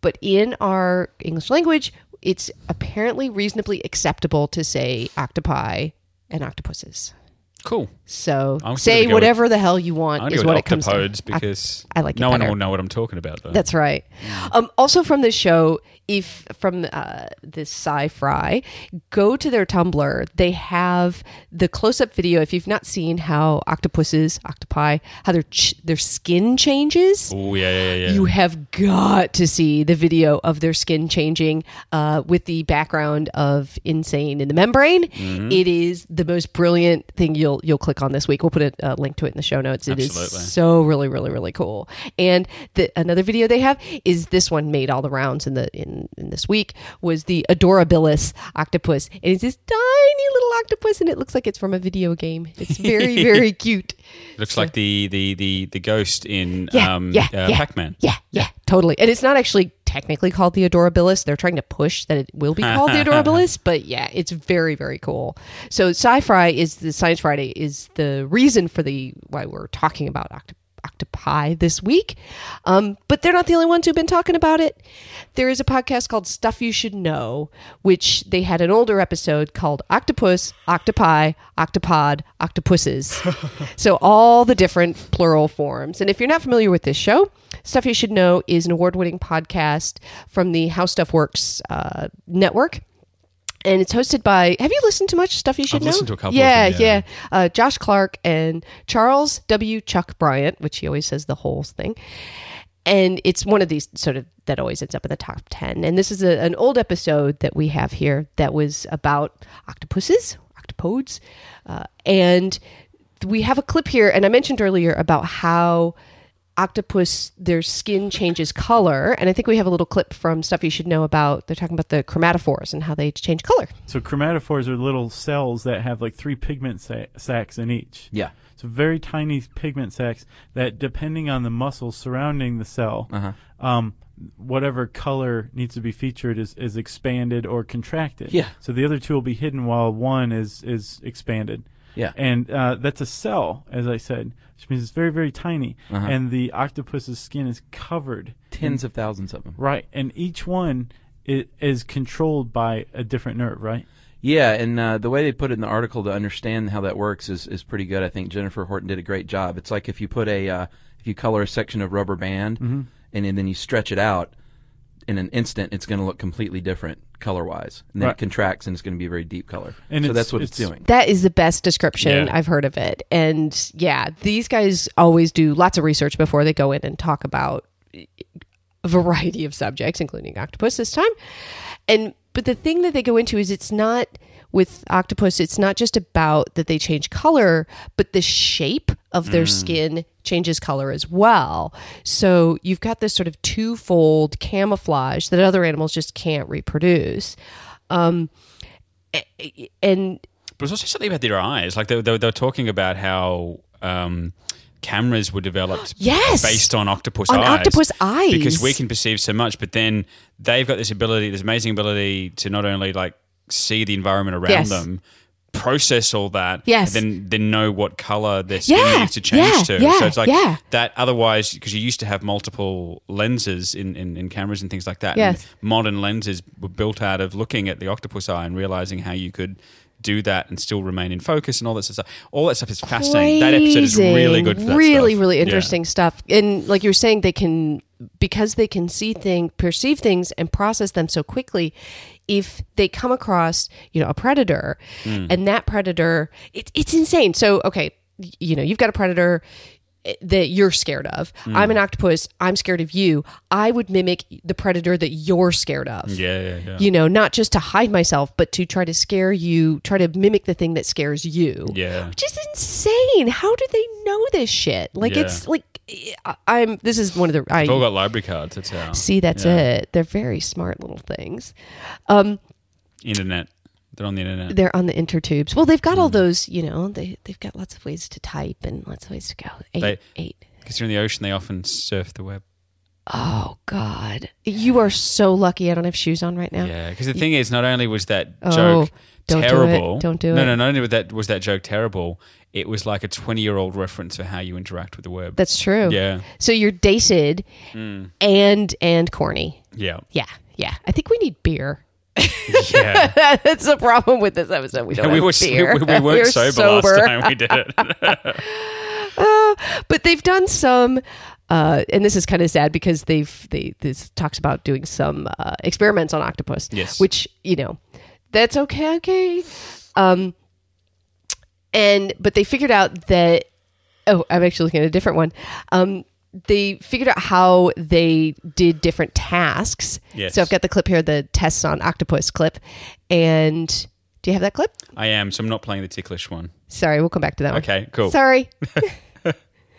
B: But in our English language, it's apparently reasonably acceptable to say octopi and octopuses.
C: Cool.
B: So
C: I'm just gonna
B: say
C: go with-
B: whatever the hell you
C: I'm
B: want
C: gonna
B: is
C: go
B: what it
C: with
B: comes to.
C: octopodes because
B: I like it
C: no one
B: better.
C: will know what I'm talking about though. Mm.
B: That's right. Um, also from this show, if from uh, this sci-fi, go to their Tumblr. They have the close-up video. If you've not seen how octopuses, octopi, how their ch- their skin changes,
C: oh yeah, yeah, yeah. yeah.
B: you have got to see the video of their skin changing uh, with the background of insane in the membrane.
C: Mm-hmm.
B: It is the most brilliant thing you'll you'll click on this week. We'll put a uh, link to it in the show notes. It is
C: Absolutely.
B: so really really really cool. And the, another video they have is this one made all the rounds in the in, in this week was the adorabilis octopus. And it's this tiny little octopus, and it looks like it's from a video game. It's very very cute.
C: Looks like the the the the ghost in
B: Yeah,
C: um,
B: yeah,
C: uh,
B: yeah.
C: Pac-Man.
B: Yeah, yeah, totally. And it's not actually technically called the Adorabilis. They're trying to push that it will be called the Adorabilis, but yeah, it's very, very cool. So Sci-Fri is the Science Friday is the reason for the why we're talking about octo- octopi this week. Um, but they're not the only ones who've been talking about it. There is a podcast called Stuff You Should Know, which they had an older episode called Octopus, Octopi, Octopod, Octopuses. so all the different plural forms. And if you're not familiar with this show, Stuff You Should Know is an award winning podcast from the How Stuff Works uh, network. And it's hosted by. Have you listened to much stuff you should
C: I've
B: know?
C: listened to a couple of
B: Yeah,
C: them, yeah.
B: yeah. Uh, Josh Clark and Charles W. Chuck Bryant, which he always says the whole thing and it's one of these sort of that always ends up in the top 10 and this is a, an old episode that we have here that was about octopuses octopodes uh, and we have a clip here and i mentioned earlier about how octopus their skin changes color and i think we have a little clip from stuff you should know about they're talking about the chromatophores and how they change color
G: So chromatophores are little cells that have like three pigment sa- sacs in each.
D: Yeah.
G: So very tiny pigment sacs that, depending on the muscle surrounding the cell,
D: Uh-huh.
G: um, whatever color needs to be featured is, is expanded or contracted.
D: Yeah.
G: So the other two will be hidden while one is is expanded.
D: Yeah.
G: And uh, that's a cell, as I said, which means it's very very tiny,
D: Uh-huh.
G: and the octopus's skin is covered
D: Tens of thousands of them.
G: Right, and each one i- is controlled by a different nerve, right?
D: Yeah, and uh, the way they put it in the article to understand how that works is, is pretty good. I think Jennifer Horton did a great job. It's like if you put a uh, if you color a section of rubber band
G: Mm-hmm.
D: and, and then you stretch it out in an instant, it's going to look completely different color wise, and then
G: Right.
D: it contracts and it's going to be a very deep color.
G: And
D: so
G: it's-
D: that's what it's,
G: it's-
D: doing.
B: That is the best description
C: Yeah.
B: I've heard of it. And yeah, these guys always do lots of research before they go in and talk about a variety of subjects, including octopus this time. And but the thing that they go into is it's not with octopus, it's not just about that they change color, but the shape of their
G: Mm.
B: skin changes color as well. So you've got this sort of twofold camouflage that other animals just can't reproduce. Um, a- a- and
C: But it's also something about their eyes. Like they, they, they're talking about how um, cameras were developed
B: Yes!
C: based on octopus
B: On
C: eyes.
B: octopus eyes.
C: Because we can perceive so much, but then they've got this ability, this amazing ability to not only like see the environment around
B: Yes.
C: them, process all that,
B: Yes.
C: and then then know what color their skin
B: Yeah,
C: needs to change
B: yeah,
C: to.
B: yeah,
C: so it's like
B: yeah.
C: that otherwise because you used to have multiple lenses in, in, in cameras and things like that.
B: Yes.
C: And modern lenses were built out of looking at the octopus eye and realizing how you could do that and still remain in focus and all that sort of stuff. All that stuff is fascinating. That episode is
B: Crazy.
C: really good for that
B: really,
C: stuff.
B: really
C: Yeah.
B: interesting stuff. And like you were saying, they can because they can see things, perceive things, and process them so quickly. If they come across, you know, a predator,
C: Hmm.
B: and that predator, it, it's insane. So okay, y- you know, you've got a predator eh, that you're scared of.
C: Hmm.
B: I'm an octopus. I'm scared of you. I would mimic the predator that you're scared of
C: Yeah, yeah, yeah.
B: you know, not just to hide myself, but to try to scare you, try to mimic the thing that scares you.
C: Yeah.
B: Which is insane. How do they know this shit? Like,
C: Yeah.
B: it's like, I- I'm, this is one of the, I
C: We've all got library cards. That's how.
B: see, that's
C: Yeah.
B: it. They're very smart little things. Um,
C: Internet. They're on the internet.
B: They're on the intertubes. Well, they've got
C: Mm.
B: all those, you know, they, they've got lots of ways to type and lots of ways to go. Eight,
C: They-
B: eight.
C: Because they're in the ocean, they often surf the web.
B: Oh, God. You are so lucky I don't have shoes on right now.
C: Yeah, because the thing is, not only was that
B: Oh,
C: joke
B: don't do it.
C: terrible,
B: Don't do
C: no,
B: it.
C: No, no, not only was that was that joke terrible. It was like a twenty-year-old reference for how you interact with the web.
B: That's true.
C: Yeah. Mm.
B: So you're dated and and corny.
C: yeah,
B: Yeah, yeah. I think we need beer.
C: yeah.
B: That's the problem with this episode. We don't
C: we
B: have
C: were we,
B: beer.
C: we weren't sober, last time we did it.
B: Uh, But they've done some, uh, and this is kind of sad because they've they this talks about doing some uh, experiments on octopus.
C: Yes.
B: which you know, that's okay, okay. Um, and but they figured out that oh, I'm actually looking at a different one. Um, they figured out how they did different tasks.
C: Yes.
B: So I've got the clip here, the tests on octopus clip, and do you have that clip?
C: I am, so I'm not playing the ticklish one.
B: Sorry, we'll come back to that one.
C: Okay, cool.
B: Sorry.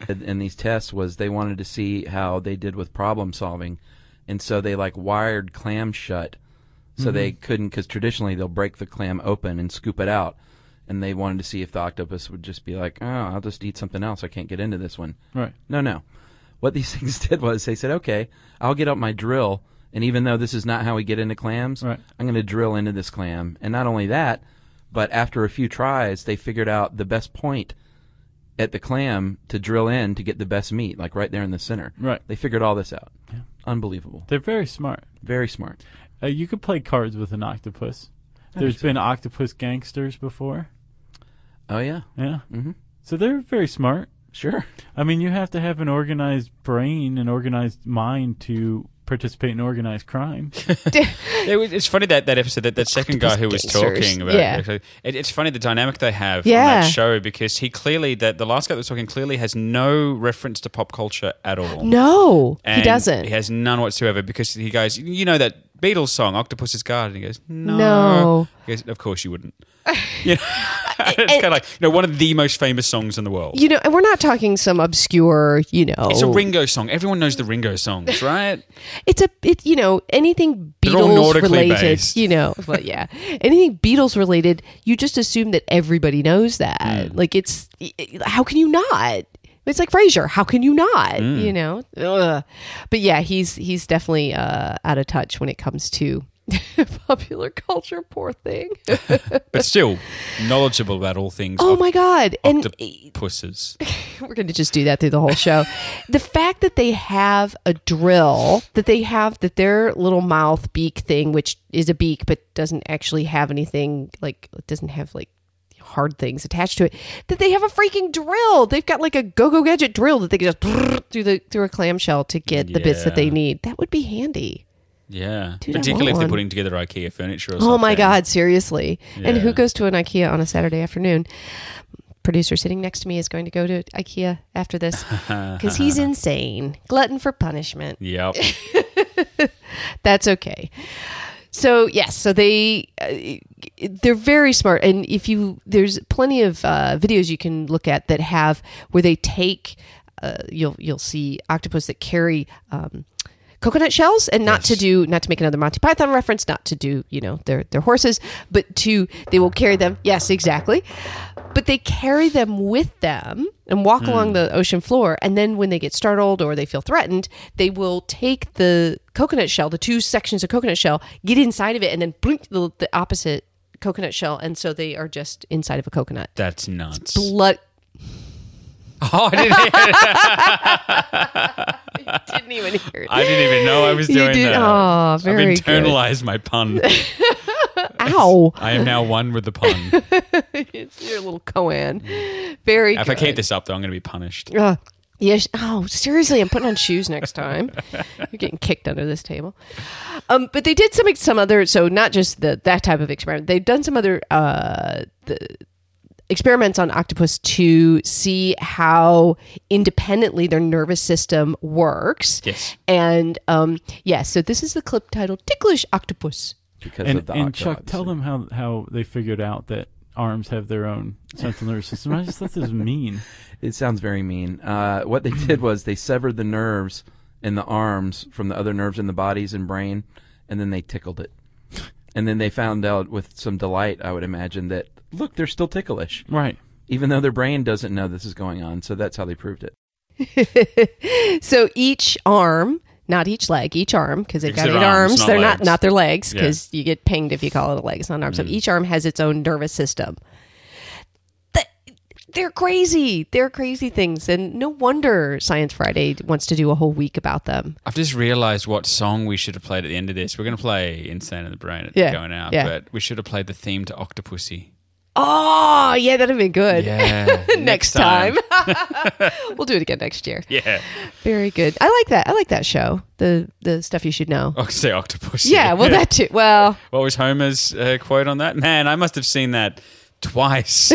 D: in in these tests was they wanted to see how they did with problem solving, and so they like wired clams shut, so
G: Mm-hmm.
D: they couldn't because traditionally they'll break the clam open and scoop it out, and they wanted to see if the octopus would just be like, oh, I'll just eat something else. I can't get into this one.
G: Right.
D: No, no. What these things did was they said, okay, I'll get out my drill, and even though this is not how we get into clams,
G: Right.
D: I'm going to drill into this clam. And not only that, but after a few tries, they figured out the best point at the clam to drill in to get the best meat, like right there in the center.
G: Right.
D: They figured all this out. Unbelievable.
G: They're very smart.
D: Very smart.
G: Uh, you could play cards with an octopus. There's been octopus gangsters before.
D: Oh, yeah.
G: Yeah. Mm-hmm. So they're very smart.
D: Sure.
G: I mean, you have to have an organized brain and organized mind to participate in organized crime.
C: It was, it's funny that that episode that that second guy who was
B: gangsters.
C: talking about
B: Yeah.
C: it, it, it's funny the dynamic they have on
B: Yeah.
C: that show because he clearly that the last guy that was talking clearly has no reference to pop culture at all.
B: No, he
C: And
B: doesn't.
C: He has none whatsoever because he goes, you know that Beatles song, Octopus's Garden. He goes, no.
B: No.
C: He goes, of course you wouldn't. You know, it's kind of like you know one of the most famous songs in the world.
B: you know, and we're not talking some obscure, you know,
C: It's a Ringo song. Everyone knows the Ringo songs, right?
B: It's a, it, you know, anything
C: They're all
B: Beatles
C: nautically
B: related,
C: based.
B: you know, well, yeah, anything Beatles related, you just assume that everybody knows that.
C: Hmm.
B: Like, it's how can you not? It's like Frasier. How can you not?
C: Hmm.
B: You know, Ugh. but yeah, he's he's definitely uh, out of touch when it comes to popular culture. Poor thing.
C: But still knowledgeable about all things.
B: oh
C: oct-
B: my god! And e-
C: octopuses.
B: we're going to just do that through the whole show. the fact that they have a drill, that they have that their little mouth beak thing, which is a beak but doesn't actually have anything like it doesn't have like hard things attached to it, that they have a freaking drill. They've got like a go-go gadget drill that they can just through the through a clamshell to get the bits that they
C: Yeah.
B: need. That would be handy.
C: Yeah,
B: Dude, I want
C: particularly if they're
B: one.
C: putting together IKEA furniture. or something.
B: Oh my God, seriously. And
C: Yeah.
B: who goes to an IKEA on a Saturday afternoon? Producer sitting next to me is going to go to IKEA after this because he's insane. Glutton for punishment.
C: Yep.
B: That's okay. So yes, so they uh, they're very smart, and if you there's plenty of uh, videos you can look at that have where they take uh, you'll you'll see octopus that carry um, coconut shells, and not to do not to make another Monty Python reference, not to do you know their their horses, but to they will carry them. Yes, exactly. But they carry them with them and walk along the ocean floor, and then when they get startled or they feel threatened, they will take the coconut shell, the two sections of coconut shell, get inside of it, and then blink the, the opposite coconut shell, and so they are just inside of a coconut.
C: That's nuts.
B: Blood.
C: oh, I didn't, hear it.
B: Didn't even hear it.
C: I didn't even know I was
B: You
C: doing
B: did-
C: that.
B: Aw, very
C: I've
B: good.
C: internalized my pun.
B: Ow!
C: I am now one with the pun.
B: It's your little Coan. Very.
C: If
B: good.
C: I keep this up, though, I'm going to be punished.
B: Ugh. yes. Oh, seriously, I'm putting on shoes next time. You're getting kicked under this table. Um, but they did some some other. So not just the that type of experiment. They've done some other uh, the experiments on octopus to see how independently their nervous system works.
C: Yes.
B: And um, yes. so this is the clip titled "Ticklish Octopus."
D: because
G: and,
D: of the
G: and
D: octo,
G: Chuck, tell
D: obviously.
G: them how how they figured out that arms have their own central nervous system. I just thought this was mean.
D: It sounds very mean. Uh, what they did was they severed the nerves in the arms from the other nerves in the bodies and brain, and then they tickled it. And then they found out with some delight, I would imagine, that look, they're still ticklish,
G: Right.
D: even though their brain doesn't know this is going on. So that's how they proved it.
B: so each arm, not each leg, each arm, because they've
C: Because
B: got eight
C: they're arms,
B: arms.
C: not
B: they're not
C: legs.
B: not their legs,
C: Yeah. Mm.
B: because you get pinged if you call it a leg. It's not an arm. So each arm has its own nervous system. Th- They're crazy. They're crazy things, and no wonder Science Friday wants to do a whole week about them.
C: I've just realized what song we should have played at the end of this. We're going to play Insane in the Brain at
B: Yeah,
C: going out,
B: yeah.
C: but we should have played the theme to Octopussy.
B: Oh, yeah, that'd be good.
C: Yeah.
B: next time, we'll do it again next year.
C: yeah.
B: Very good. I like that. I like that show. The the stuff you should know.
C: I'll say Octopussy.
B: yeah, well, that too. Well,
C: What was Homer's uh, quote on that? Man, I must have seen that twice.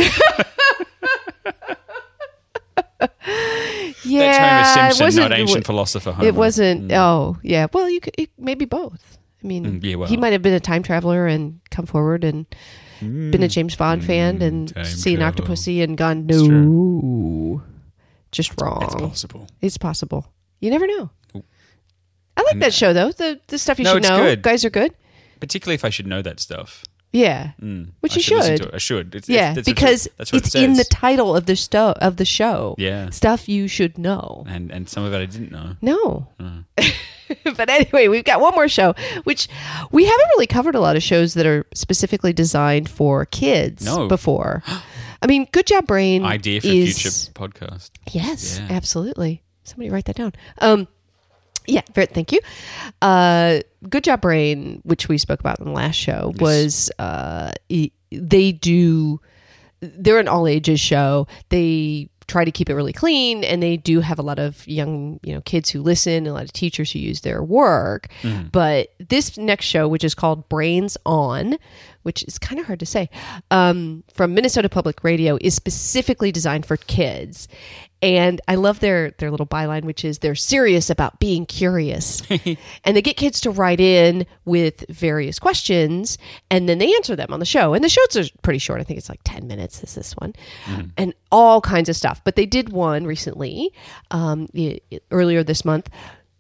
C: That's
B: yeah, it
C: Homer Simpson,
B: wasn't-
C: not ancient philosopher Homer.
B: It wasn't. Oh, yeah. Well, you could it, maybe both. I mean,
C: Mm, yeah, well.
B: he might have been a time traveler and come forward and been a James Bond fan and
C: Mm, time
B: seen
C: travel.
B: Octopussy and gone no, just wrong.
C: It's possible.
B: It's possible. You never know. I like that show though. The the stuff you
C: No,
B: should
C: it's
B: know.
C: good.
B: Guys are good.
C: Particularly if I should know that stuff.
B: Yeah, which you should.
C: listen to it. Mm. I should. It's,
B: Yeah,
C: it's- that's what-
B: because
C: that's what
B: it's
C: it
B: in the
C: says.
B: title of the show. Of the show.
C: Yeah.
B: stuff you should know.
C: and and some of it I didn't know. Uh,
B: No. but anyway, we've got one more show, which we haven't really covered a lot of shows that are specifically designed for kids
C: No.
B: before. I mean, Good Job Brain
C: Idea for
B: is,
C: future podcast.
B: Yes,
C: Yeah.
B: absolutely. Somebody write that down. Um, yeah, very, thank you. Uh, Good Job Brain, which we spoke about in the last show, was uh, e- they do, they're an all ages show. They try to keep it really clean and they do have a lot of young you know kids who listen and a lot of teachers who use their work
I: Mm-hmm. Hmm.
H: Mm-hmm.
B: but this next show which is called brains on which is kind of hard to say um, from minnesota public radio is specifically designed for kids and i love their their little byline which is they're serious about being curious and they get kids to write in with various questions and then they answer them on the show and the shows are pretty short i think it's like 10 minutes is this one and all kinds of stuff but they did one recently um, e- earlier this month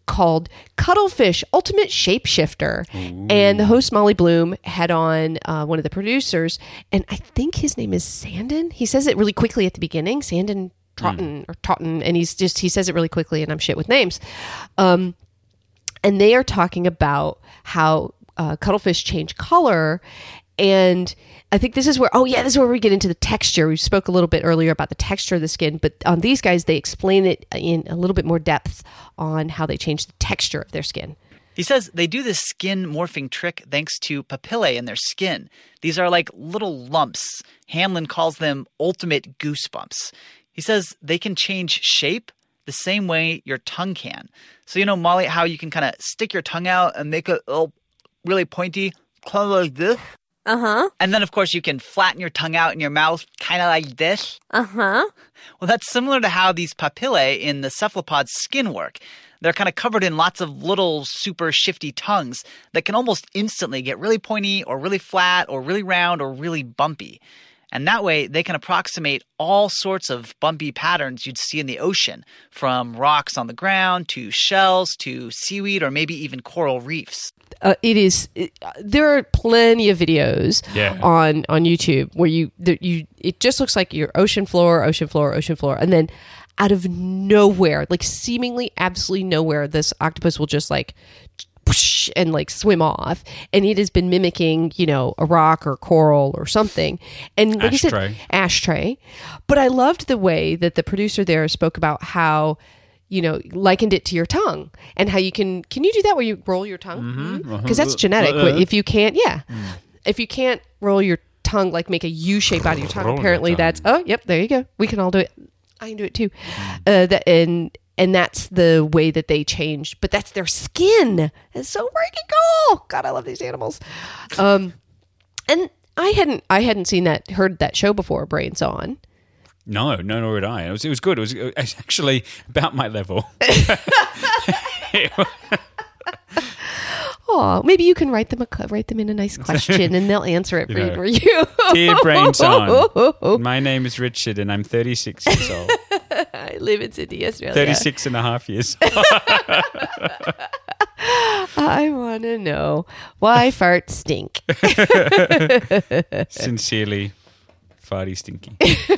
B: called cuttlefish ultimate shapeshifter and the host molly bloom had on uh, one of the producers and i think his name is sandon he says it really quickly at the beginning sandon Totten or Totten, and he's just he says it really quickly, and I'm shit with names Um, and they are talking about how uh, cuttlefish change color and i think this is where oh yeah this is where we get into the texture we spoke a little bit earlier about the texture of the skin but on these guys they explain it in a little bit more depth on how they change the texture of their skin
J: He says they do this skin morphing trick thanks to papillae in their skin. These are like little lumps. Hamlin calls them ultimate goosebumps. He says they can change shape the same way your tongue can. So, you know, Molly, how you can kind of stick your tongue out and make it all really pointy, kind of like this?
K: Uh huh.
J: And then, of course, you can flatten your tongue out in your mouth, kind of like this.
K: Uh huh.
J: Well, that's similar to how these papillae in the cephalopod's skin work. They're kind of covered in lots of little super shifty tongues that can almost instantly get really pointy or really flat or really round or really bumpy. And that way, they can approximate all sorts of bumpy patterns you'd see in the ocean, from rocks on the ground to shells to seaweed or maybe even coral reefs.
B: uh, it is it, uh, there are plenty of videos
C: Yeah.
B: on on YouTube where you that you it just looks like your ocean floor, ocean floor, ocean floor, and then out of nowhere, like seemingly absolutely nowhere, this octopus will just like whoosh and like swim off and it has been mimicking you know a rock or coral or something and like i
C: Ashtray.
B: said ashtray but i loved the way that the producer there spoke about how you know likened it to your tongue and how you can can you do that where you roll your tongue
C: Mm-hmm.
B: Mm-hmm.
C: Uh-huh.
B: because that's genetic if you can't yeah
H: Mm-hmm.
B: if you can't roll your tongue like make a u shape out of your tongue
C: Roll your
B: apparently
C: tongue.
B: that's oh yep there you go we can all do it i can do it too uh, that and and that's the way that they changed but that's their skin it's so freaking cool god i love these animals um and i hadn't i hadn't seen that heard that show before brains on
C: No, no, nor did I. It was, it was good. It was, it was actually about my level.
B: oh maybe you can write them a cu- write them in a nice question and they'll answer it for
C: You
B: you,
C: know,
B: for you.
C: Dear Brains On, my name is Richard and I'm 36 years old.
B: i live in sydney australia
C: 36 and a half years old.
B: i want to know why farts stink
C: Sincerely, farty stinky.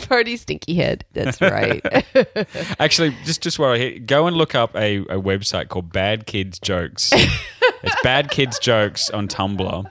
B: party stinky head that's right
C: Actually, just just while I hit, go and look up a, a website called Bad Kids Jokes. it's Bad Kids Jokes on Tumblr.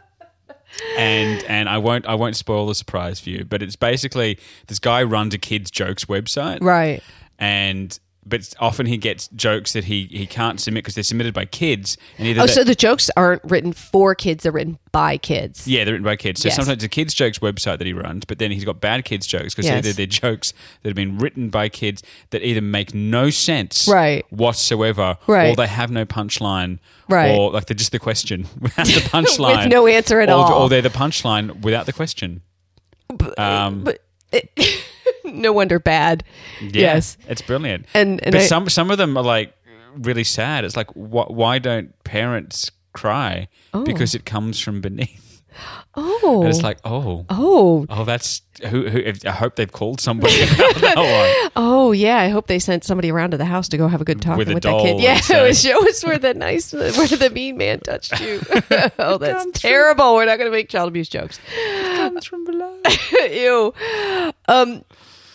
C: And and I won't I won't spoil the surprise for you, but it's basically this guy runs a kids jokes website.
B: right
C: And but often he gets jokes that he, he can't submit because they're submitted by kids. And either
B: oh
C: that-
B: so the jokes aren't written for kids they're written by kids
C: Yeah, they're written by kids. So
B: Yes.
C: sometimes it's a kids' jokes website that he runs, but then he's got bad kids' jokes because
B: Yes.
C: either they're jokes that have been written by kids that either make no sense
B: Right.
C: whatsoever,
B: Right.
C: or they have no punchline,
B: Right.
C: or like they're just the question without the punchline,
B: no answer at
C: or,
B: all. uh,
C: or they're the punchline without the question. Um,
B: but it, no wonder bad
C: yeah,
B: yes
C: it's brilliant.
B: And- and
C: but
B: I-
C: some some of them are like really sad. It's like wh- why don't parents cry because it comes from beneath,
B: oh
C: and it's like oh.
B: oh
C: Oh, that's who, who. I hope they've called somebody about that one.
B: Oh yeah, I hope they sent somebody around to the house to go have a good talk
C: With
B: with,
C: a
B: that
C: doll
B: kid. Yeah,
C: and say-
B: show us where the nice where the mean man touched you. oh, that's terrible. We're not going to make child abuse jokes. Ew. Um,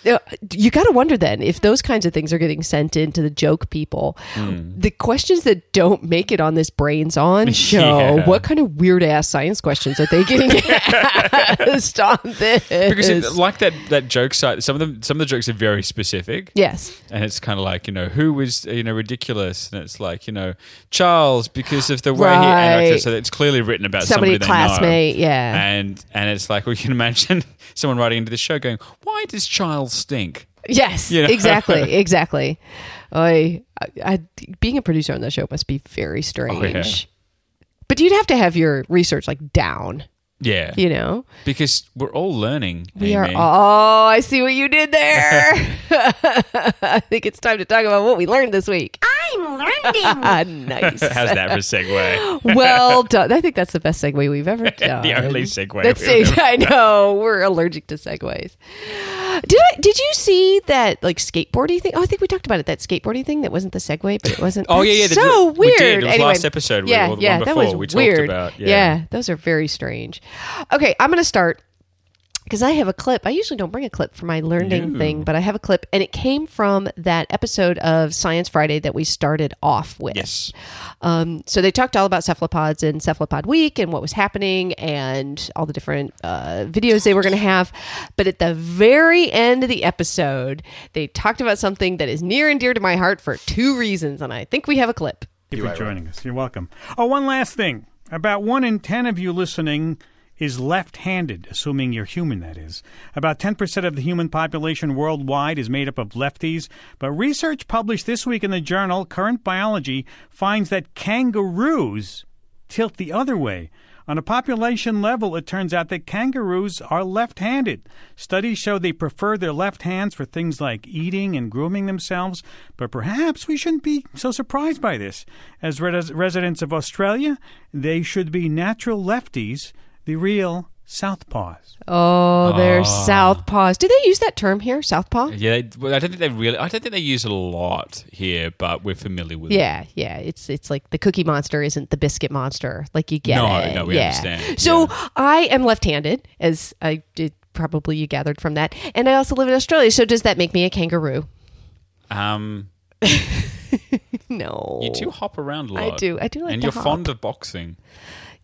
B: uh, you got to wonder then if those kinds of things are getting sent in to the joke people. The questions that don't make it on this brains on show.
C: Yeah.
B: What kind of weird ass science questions are they getting asked on this?
C: Because it, like that that joke site, some of them some of the jokes are very specific,
B: yes.
C: and it's kind of like you know who was you know ridiculous, and it's like you know Charles because of the way he
B: Right.
C: acted. So it's clearly written about
B: Somebody
C: somebody, they
B: classmate,
C: know.
B: yeah.
C: And and it's like we can imagine someone writing into the show going, "Why does Charles stink?"
B: Yes,
C: You know?
B: exactly, exactly. I, I, I, being a producer on that show must be
C: Oh,
B: very strange. But you'd have to have your research like down,
C: Yeah,
B: you know.
C: because we're all learning.
B: We are
C: Amy.
B: all. Oh, I see what you did there. I think it's time to talk about what we learned this week. I'm learning. nice.
C: How's that for a segue?
B: Well done. I think that's the best segue we've ever done.
C: the only segue.
B: That's
C: we've ever
B: it. I know we're allergic to segues. Did I? Did you see that like skateboardy thing? Oh, I think we talked about it. That skateboardy thing that wasn't the segue, but it wasn't.
C: Oh, yeah,
B: That's
C: yeah, the-
B: So
C: we
B: weird.
C: did. It was
B: anyway,
C: last episode. We-
B: Yeah,
C: well, the
B: yeah,
C: one
B: that
C: before
B: was
C: we talked
B: weird.
C: about- yeah.
B: those are very strange. Okay, I'm gonna start because I have a clip. I usually don't bring a clip for my learning thing, but I have a clip, and it came from that episode of Science Friday that we started off with.
C: Yes.
B: Um, so they talked all about cephalopods and cephalopod week and what was happening and all the different uh, videos they were going to have. But at the very end of the episode, they talked about something that is near and dear to my heart for two reasons, and I think we have a clip.
I: Thank you for joining us. You're welcome. Oh, one last thing. About one in ten of you listening is left handed, assuming you're human, that is. About 10% of the human population worldwide is made up of lefties, but research published this week in the journal Current Biology finds that kangaroos tilt the other way. On a population level, it turns out that kangaroos are left handed. Studies show they prefer their left hands for things like eating and grooming themselves, but perhaps we shouldn't be so surprised by this. As res- residents of Australia, they should be natural lefties, the real southpaws.
B: Oh, they're
C: Ah.
B: southpaws. Do they use that term here? Southpaw?
C: Yeah, they, well, I don't think they really. I don't think they use it a lot here, but we're familiar with it.
B: Yeah, yeah. It's it's like the cookie monster isn't the biscuit monster. Like you get
C: No,
B: it.
C: no, we
B: yeah.
C: understand.
B: So I am left-handed, as I did probably you gathered from that, and I also live in Australia. So does that make me a kangaroo?
C: Um,
B: No.
C: you do hop around a
B: I
C: lot.
B: do. I do like
C: and
B: to
C: you're
B: hop.
C: fond of boxing,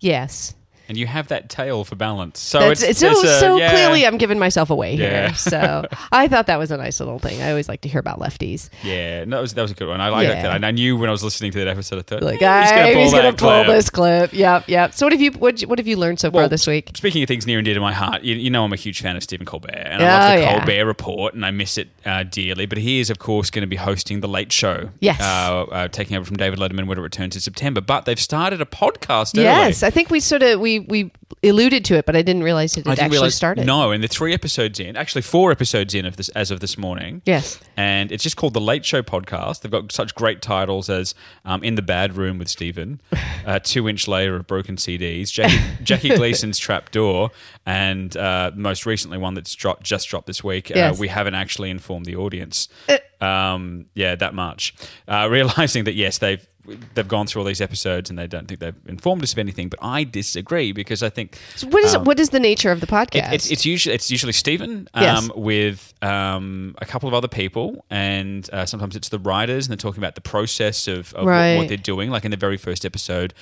B: Yes.
C: and you have that tail for balance. So
B: That's,
C: it's,
B: so
C: it's a-
B: so
C: yeah.
B: clearly I'm giving myself away
C: Yeah.
B: here. So I thought that was a nice little thing. I always like to hear about lefties.
C: Yeah, no, that was, that was a good one. I like
B: Yeah.
C: that, and I knew when I was listening to that episode, I thought,
B: Like,
C: "Eh, he's
B: "Hey,
C: gonna pull,
B: he's gonna
C: that
B: pull
C: clip."
B: this clip. Yep, yep. So what have you what what have you learned so far
C: Well,
B: this week?
C: Speaking of things near and dear to my heart, you, you know I'm a huge fan of Stephen Colbert, and
B: Oh,
C: I love the
B: yeah.
C: Colbert Report, and I miss it uh, dearly. But he is, of course, going to be hosting the Late Show.
B: Yes.
C: uh, uh, taking over from David Letterman when it returns in September. But they've started a podcast. early.
B: Yes, I think we sort of we we alluded to it, but I didn't realize it
C: I
B: had
C: didn't
B: actually
C: realize-
B: started.
C: No, and the three episodes in, actually four episodes in of this as of this morning.
B: Yes.
C: and it's just called the Late Show podcast. They've got such great titles as um, "In the Bad Room with Stephen," uh, Two Inch Layer of Broken CDs," Jackie, Jackie Gleason's Trap Door, and uh, most recently one that's dropped, just dropped this week. Uh,
B: Yes. Uh,
C: we haven't actually informed the audience. Um, yeah, that much. Uh, realizing that yes, they've they've gone through all these episodes and they don't think they've informed us of anything. But I disagree because I think
B: So what is what is the nature of the
C: Um, it-
B: podcast?
C: it's, it's usually it's usually Stephen um,
B: Yes.
C: with um, a couple of other people, and uh, sometimes it's the writers, and they're talking about the process of, of what- what,
B: Right.
C: they're doing. Like in the very first episode,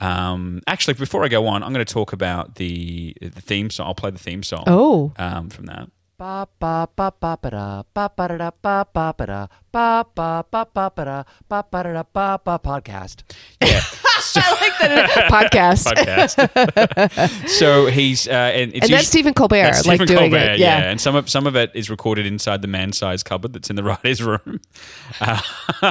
C: um, actually, before I go on, I'm going to talk about the the theme song. I'll play the theme song.
B: oh,
C: um, from that.
D: Ba ba ba ba ba da ba ba da da ba ba ba da ba ba ba ba ba da ba ba da da ba ba podcast.
B: podcast.
C: podcast. so he's uh, and it's
B: And that's
C: usu-
B: Stephen Colbert,
C: that's
B: like
C: Stephen
B: doing
C: Colbert,
B: it, yeah.
C: and some of some of it is recorded inside the man-sized cupboard that's in the writer's room, Uh,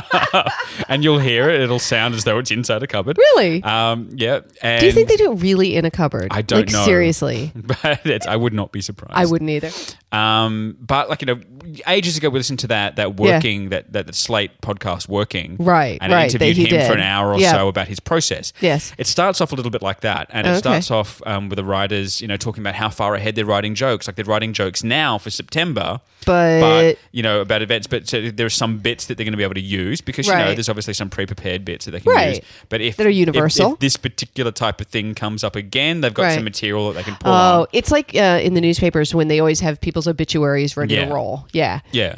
C: and you'll hear it. It'll sound as though it's inside a cupboard.
B: Really?
C: Um, yeah. And
B: do you think they do it really in a cupboard?
C: I don't
B: like,
C: know.
B: Seriously,
C: But it's, I would not be surprised.
B: I wouldn't either.
C: Um, but like you know, ages ago we listened to that that
B: Yeah.
C: working that, that that Slate podcast working
B: Right,
C: and
B: right,
C: I interviewed
B: that
C: him
B: he
C: for
B: did.
C: an hour or
B: Yeah.
C: so about his process.
B: Yes.
C: it starts off a little bit like that, and it
B: Oh, Okay.
C: starts off um, with the writers you know talking about how far ahead they're writing jokes, like they're writing jokes now for September,
B: But-
C: you know about events, but so there are some bits that they're going to be able to use because you know
B: Right.
C: there's obviously some pre-prepared bits that they can
B: Right.
C: use, but if
B: That are
C: if- if
B: universal.
C: this particular type of thing comes up again, they've got
B: Right.
C: some material that they can pull.
B: Oh,
C: on.
B: it's like uh, in the newspapers when they always have people's obituaries ready
C: Yeah.
B: to roll. Yeah.
C: yeah.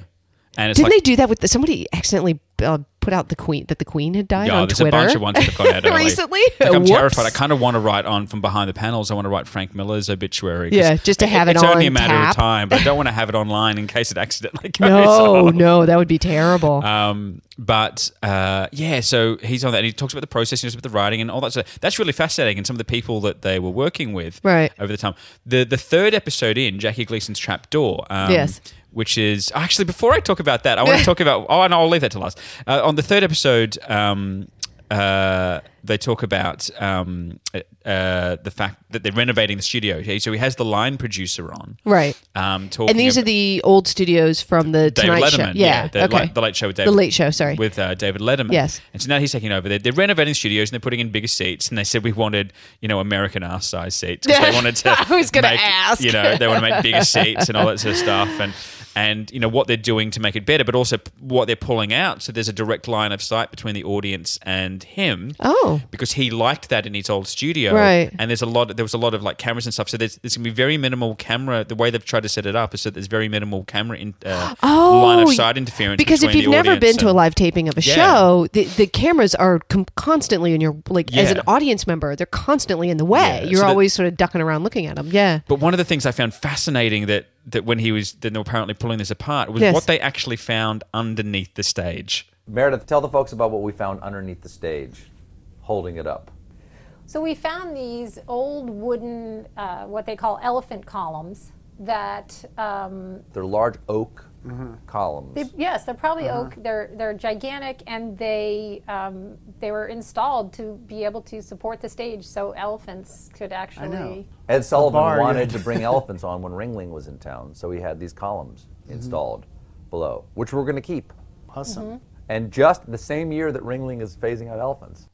C: And it's
B: Didn't
C: like,
B: they do that with the, somebody accidentally uh, put out the queen that the queen had died
C: Yeah,
B: on
C: there's
B: Twitter
C: a bunch of ones that have gone out early.
B: recently?
C: Like, I'm
B: Whoops.
C: terrified. I kind of want to write on from behind the panels. I want to write Frank Miller's obituary. 'cause
B: Yeah, just to have it
C: It's only a
B: on
C: matter of
B: tap.
C: time, but I don't want to have it online in case it accidentally goes
B: no,
C: on.
B: no, that would be terrible.
C: Um, but uh, yeah, so he's on that. And he talks about the process, he talks about the writing, and all that. stuff. that's really fascinating. And some of the people that they were working with
B: Right.
C: over the time. The the third episode in Jackie Gleason's Trap Door. Um,
B: Yes.
C: Which is actually before I talk about that, I want to talk about. Oh, no, I'll leave that to last. Uh, on the third episode, um, uh, they talk about um, uh, the fact that they're renovating the studio. Okay, So he has the line producer on,
B: right.
C: um, talking
B: And these
C: ab-
B: are the old studios from the
C: David
B: Tonight
C: Letterman.
B: Show. Yeah.
C: the,
B: okay.
C: li- the Late Show with David.
B: The Late Show, sorry.
C: with uh, David Letterman.
B: Yes.
C: and so now he's taking over. They're, they're renovating studios and they're putting in bigger seats. And they said we wanted, you know, American ass size seats. 'cause They wanted to.
B: I was gonna
C: make-
B: ask.
C: You know, they want to make bigger seats and all that sort of stuff. And and you know what they're doing to make it better, but also p- what they're pulling out. So there's a direct line of sight between the audience and him
B: oh.
C: because he liked that in his old studio.
B: Right.
C: And there's a lot. There was a lot of like cameras and stuff. So there's, there's gonna be very minimal camera. The way they've tried to set it up is that there's very minimal camera in, uh,
B: Oh,
C: line of sight interference.
B: Because if
C: between
B: you've
C: the
B: never
C: audience
B: been to a
C: and-
B: live taping of a
C: Yeah.
B: show, the, the cameras are com- constantly in your like as
C: Yeah.
B: an audience member, they're constantly in the way.
C: Yeah,
B: You're
C: so that-
B: always sort of ducking around looking at them. Yeah.
C: But one of the things I found fascinating that that when he was then apparently pulling this apart was
B: Yes.
C: what they actually found underneath the stage.
K: Meredith, tell the folks about what we found underneath the stage, holding it up.
L: So we found these old wooden, uh, what they call elephant columns that, um,
K: They're large oak columns.
L: yes, they're probably
C: Uh-huh.
L: oak. They're they're gigantic, and they um, they were installed to be able to support the stage, so elephants could actually.
K: Ed Sullivan
G: bar,
K: wanted to bring elephants on when Ringling was in town, so he had these columns installed below, which we're going to keep.
G: Mm-hmm. Awesome.
K: And just the same year that Ringling is phasing out elephants.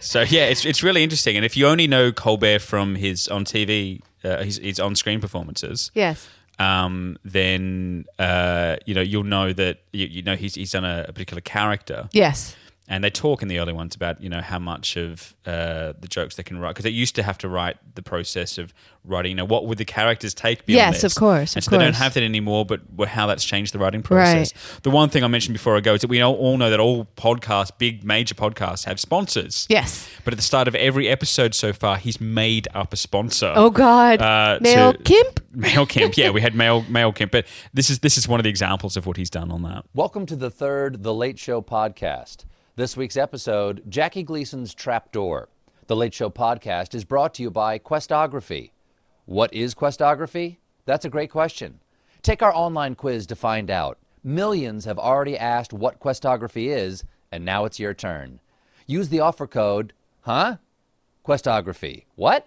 C: so yeah, it's it's really interesting. And if you only know Colbert from his on TV, uh, his, his on screen performances,
B: Yes.
C: um, then uh, you know you'll know that you, you know he's he's done a, a particular character.
B: Yes.
C: And they talk in the early ones about you know how much of uh, the jokes they can write because they used to have to write the process of writing. You know what would the characters take? Beyond
B: Yes,
C: this?
B: of course,
C: And
B: of
C: so they don't
B: course.
C: have that anymore. But wh- how that's changed the writing process. The one thing I mentioned before I go is that we all- all know that all podcasts, big major podcasts, have sponsors.
B: Yes.
C: But at the start of every episode so far, he's made up a sponsor. Uh,
B: Oh, God. Male Kemp?
C: Male Kemp. Yeah, we had male male Kemp, but this is this is one of the examples of what he's done on that.
K: Welcome to the third The Late Show podcast. This week's episode Jackie Gleason's Trapdoor. The Late Show podcast is brought to you by Questography. What is Questography? That's a great question. Take our online quiz to find out. Millions have already asked what Questography is, and now it's your turn. Use the offer code, huh? Questography. What?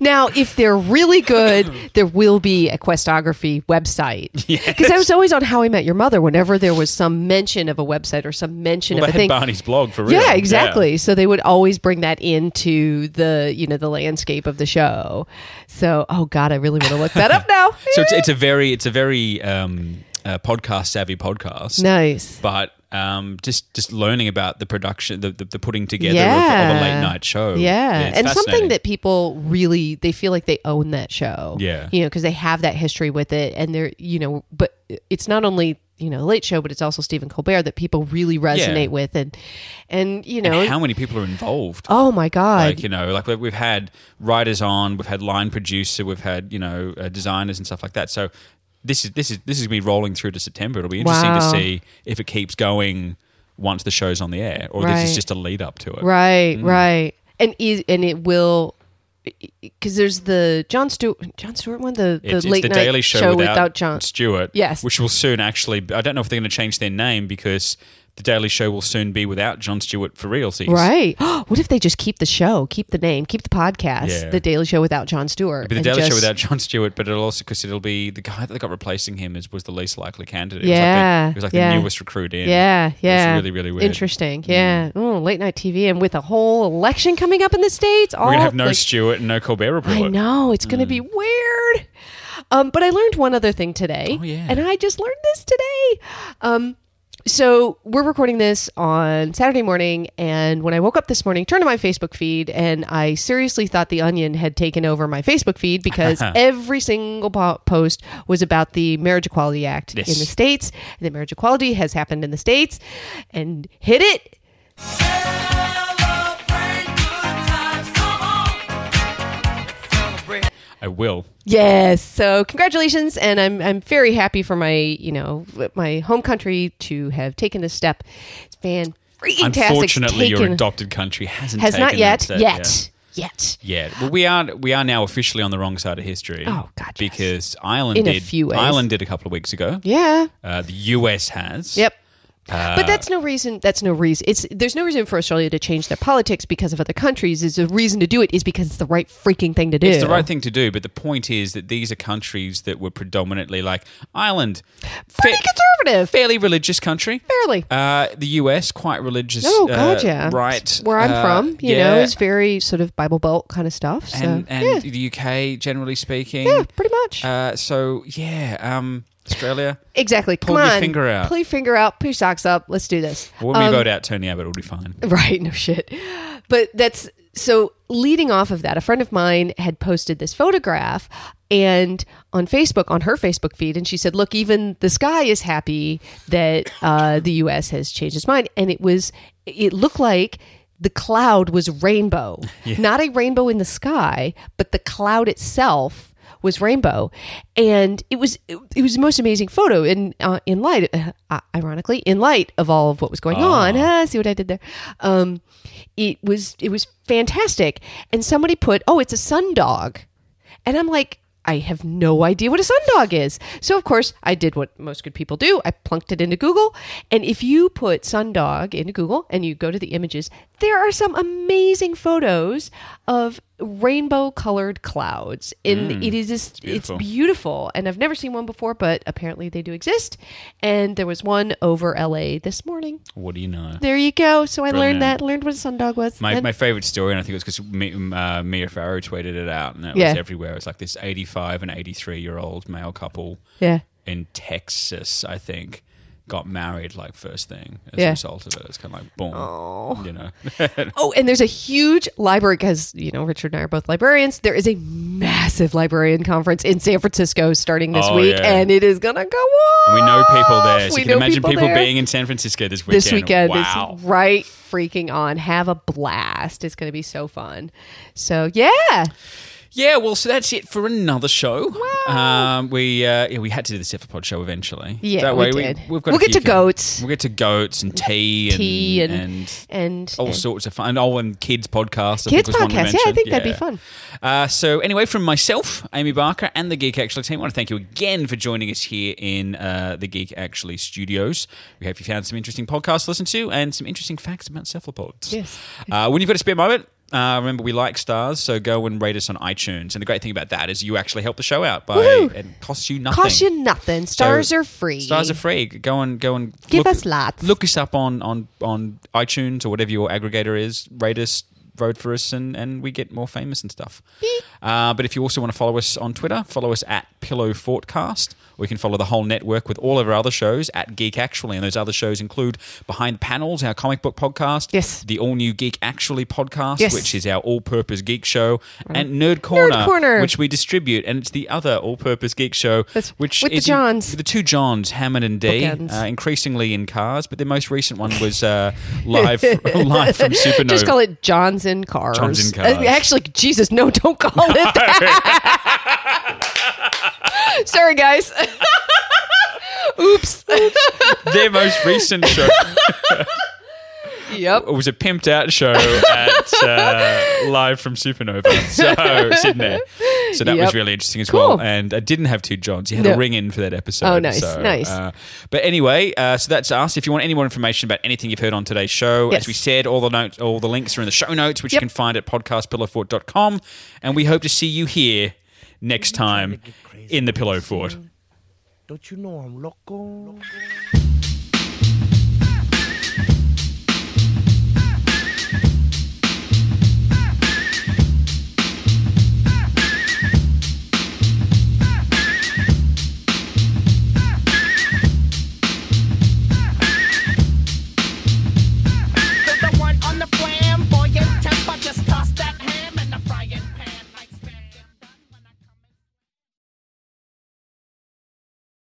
B: Now, if they're really good, there will be a questography website. Because I was always on How I Met Your Mother whenever there was some mention of a website or some mention
C: Well,
B: of
C: they
B: a
C: had
B: thing.
C: Barney's blog for real.
B: Yeah, exactly. So they would always bring that into the you know the landscape of the show. So oh god, I really want to look that up now.
C: So it's, it's a very it's a very um, uh, podcast savvy podcast.
B: Nice.
C: but um, just just learning about the production, the the, the putting together of, of a late night show.
B: Yeah,
C: it's
B: and something
C: fascinating.
B: that people really they feel like they own that show.
C: Yeah.
B: you know, because they have that history with it, and they're you know, but it's not only you know Late Show, but it's also Stephen Colbert that people really resonate with, and and you know,
C: and how many people are involved.
B: oh my god,
C: Like you know, like we- we've had writers on, we've had line producer, we've had you know uh, designers and stuff like that. So this is this is this is gonna be rolling through to September. It'll be interesting
B: Wow.
C: to see if it keeps going once the show's on the air, or this
B: Right.
C: is just a lead up to it. Mm.
B: Right, right. And is and it will because there's the John Stewart John Stewart one the the
C: It's, it's
B: late
C: the
B: night
C: Daily Show, without,
B: John
C: Stewart.
B: Yes.
C: which will soon actually. I don't know if they're going to change their name because the Daily Show will soon be without John Stewart for realsies.
B: Right. what if they just keep the show, keep the name, keep the podcast,
C: Yeah.
B: the Daily Show without John Stewart?
C: It'll be the
B: and
C: Daily Show
B: just-
C: without John Stewart, but it'll also because it'll be the guy that they got replacing him is was the least likely candidate.
B: Yeah,
C: it was like, the, it was
B: yeah.
C: like the newest recruit in.
B: Yeah, yeah.
C: It was really really weird. Mm.
B: Interesting. Yeah. Oh, late night TV, and with a whole election coming up in the states,
C: We're
B: all
C: gonna have no
B: like-
C: Stewart and no Colbert report.
B: I know it's going to be
C: Mm.
B: weird. Um, but I learned one other thing today,
C: Oh, yeah.
B: and I just learned this today. Um, so we're recording this on Saturday morning, and when I woke up this morning, turned to my Facebook feed, and I seriously thought the Onion had taken over my Facebook feed because every single po- post was about the Marriage Equality Act
C: Yes.
B: in the states, and that marriage equality has happened in the states, and hit it.
C: I will.
B: Yes. So congratulations, and I'm I'm very happy for my you know my home country to have taken this step. It's fan freaking tastic.
C: Unfortunately,
B: taken,
C: your adopted country hasn't
B: has
C: taken
B: not yet
C: that step
B: yet yet.
C: Yeah, well, we are we are now officially on the wrong side of history.
B: Oh, God, yes.
C: Because Ireland
B: In a
C: did
B: few ways.
C: Ireland did a couple of weeks ago.
B: Yeah.
C: Uh, the US has.
B: Yep.
C: Uh,
B: But that's no reason. That's no reason. It's there's no reason for Australia to change their politics because of other countries. Is the reason to do it is because it's the right freaking thing to do.
C: it's the right thing to do. But the point is that these are countries that were predominantly like Ireland,
B: Pretty
C: fa-
B: conservative.
C: fairly religious country.
B: Fairly.
C: Uh, the US quite religious.
B: Oh
C: uh,
B: God, yeah.
C: Right.
B: Where I'm
C: Uh,
B: from, you know,
C: yeah.
B: is very sort of Bible Belt kind of stuff. So
C: and
B: yeah,
C: and the UK, generally speaking.
B: yeah, pretty much.
C: Uh, so yeah, um, Australia.
B: Exactly.
C: Pull
B: Come
C: your
B: on.
C: finger out.
B: Pull your finger out. Pull your socks up. Let's do this.
C: When we
B: Um,
C: vote out Tony Abbott, it'll be fine.
B: Right. No shit. But that's so leading off of that, a friend of mine had posted this photograph and on Facebook, on her Facebook feed, and she said, Look, even the sky is happy that uh, the US has changed its mind. And it was, it looked like the cloud was rainbow, not a rainbow in the sky, but the cloud itself was rainbow and it was it was the most amazing photo in uh, in light uh, ironically in light of all of what was going on ah, see what i did there um it was it was fantastic and somebody put oh it's a sundog and i'm like I have no idea what a sundog is. So, of course, I did what most good people do. I plunked it into Google. And if you put sundog into Google and you go to the images, there are some amazing photos of rainbow colored clouds and
C: Mm,
B: it is just
C: beautiful.
B: it's beautiful and i've never seen one before but apparently they do exist and there was one over la this morning
C: What do you know?
B: there you go so i
C: Brilliant.
B: learned that learned what a sundog was
C: My,
B: And-
C: my favorite story, and I think it was because uh, Mia Farrow tweeted it out, and it
B: Yeah.
C: was everywhere. It's like this 85 and 83 year old male couple
B: Yeah.
C: in Texas, I think, got married like first thing as
B: Yeah.
C: a result of it. It's kind of like boom, you know.
B: Oh, and there's a huge library because you know Richard and I are both librarians. There is a massive librarian conference in San Francisco starting this
C: Oh,
B: week,
C: yeah.
B: and it is gonna go on.
C: And we know people there, so
B: We
C: you
B: know
C: can imagine
B: people
C: people,
B: there.
C: being in San Francisco this weekend.
B: This weekend
C: wow.
B: is right freaking on. Have a blast! It's gonna be so fun. So yeah,
C: Yeah, well, so that's it for another show. Um, we uh, yeah, we had to do the Cephalopod show eventually.
B: Yeah,
C: that
B: we
C: way
B: did.
C: We, have got
B: We'll
C: a
B: get to
C: few can-
B: goats.
C: We'll get to goats and tea and
B: Tea and-
C: and,
B: and-
C: all
B: and-
C: sorts of fun. Oh, and kids podcasts. I
B: Kids
C: think was one we
B: podcast. Yeah, I
C: mentioned.
B: think that'd be fun.
C: Uh, so anyway, from myself, Amy Barker, and the Geek Actually team, I want to thank you again for joining us here in uh, the Geek Actually studios. We hope you found some interesting podcasts to listen to and some interesting facts about cephalopods.
B: Yes.
C: Uh, when you've got a spare moment, uh, remember we like stars, so go and rate us on iTunes. And the great thing about that is you actually help the show out by
B: Woohoo.
C: and costs you nothing.
B: cost you nothing. Stars
C: So,
B: are free.
C: Stars are free. Go and go and
B: Give us lots.
C: Look us up on on on iTunes or whatever your aggregator is. Rate us, vote for us, and and we get more famous and stuff. Uh, but if you also want to follow us on Twitter, follow us at Pillow Fortcast. Or you can follow the whole network with all of our other shows at Geek Actually, and those other shows include Behind the Panels, our comic book podcast,
B: Yes.
C: the all new Geek Actually podcast,
B: Yes. Mm.
C: which is our all-purpose geek show, and Nerd Corner,
B: Corner.
C: which we distribute, and it's the other all-purpose geek show,
B: That's-
C: which
B: with the
C: is
B: Johns.
C: the two Johns, Hammond and D,
B: Bookends.
C: uh, increasingly in cars, but their most recent one was uh, live live from Supernova.
B: Just call it Johnson Cars.
C: Johnson Cars.
B: Uh, actually, Jesus, no, don't call it that. Sorry, guys. Oops.
C: their most recent show
B: yep.
C: was a pimped out show at uh, live from Supernova. So sitting there, so that
B: Yep.
C: was really interesting as
B: Cool.
C: well. And I didn't have two Johns; he had
B: No.
C: a ring in for that episode.
B: Oh, nice,
C: so,
B: nice.
C: Uh, but anyway, uh, so that's us. If you want any more information about anything you've heard on today's show,
B: Yes.
C: as we said, all the notes, all the links are in the show notes, which
B: Yep.
C: you can find at podcastpillowfort.com. And we hope to see you here next time in the Pillow Fort.
M: Don't you know I'm loco?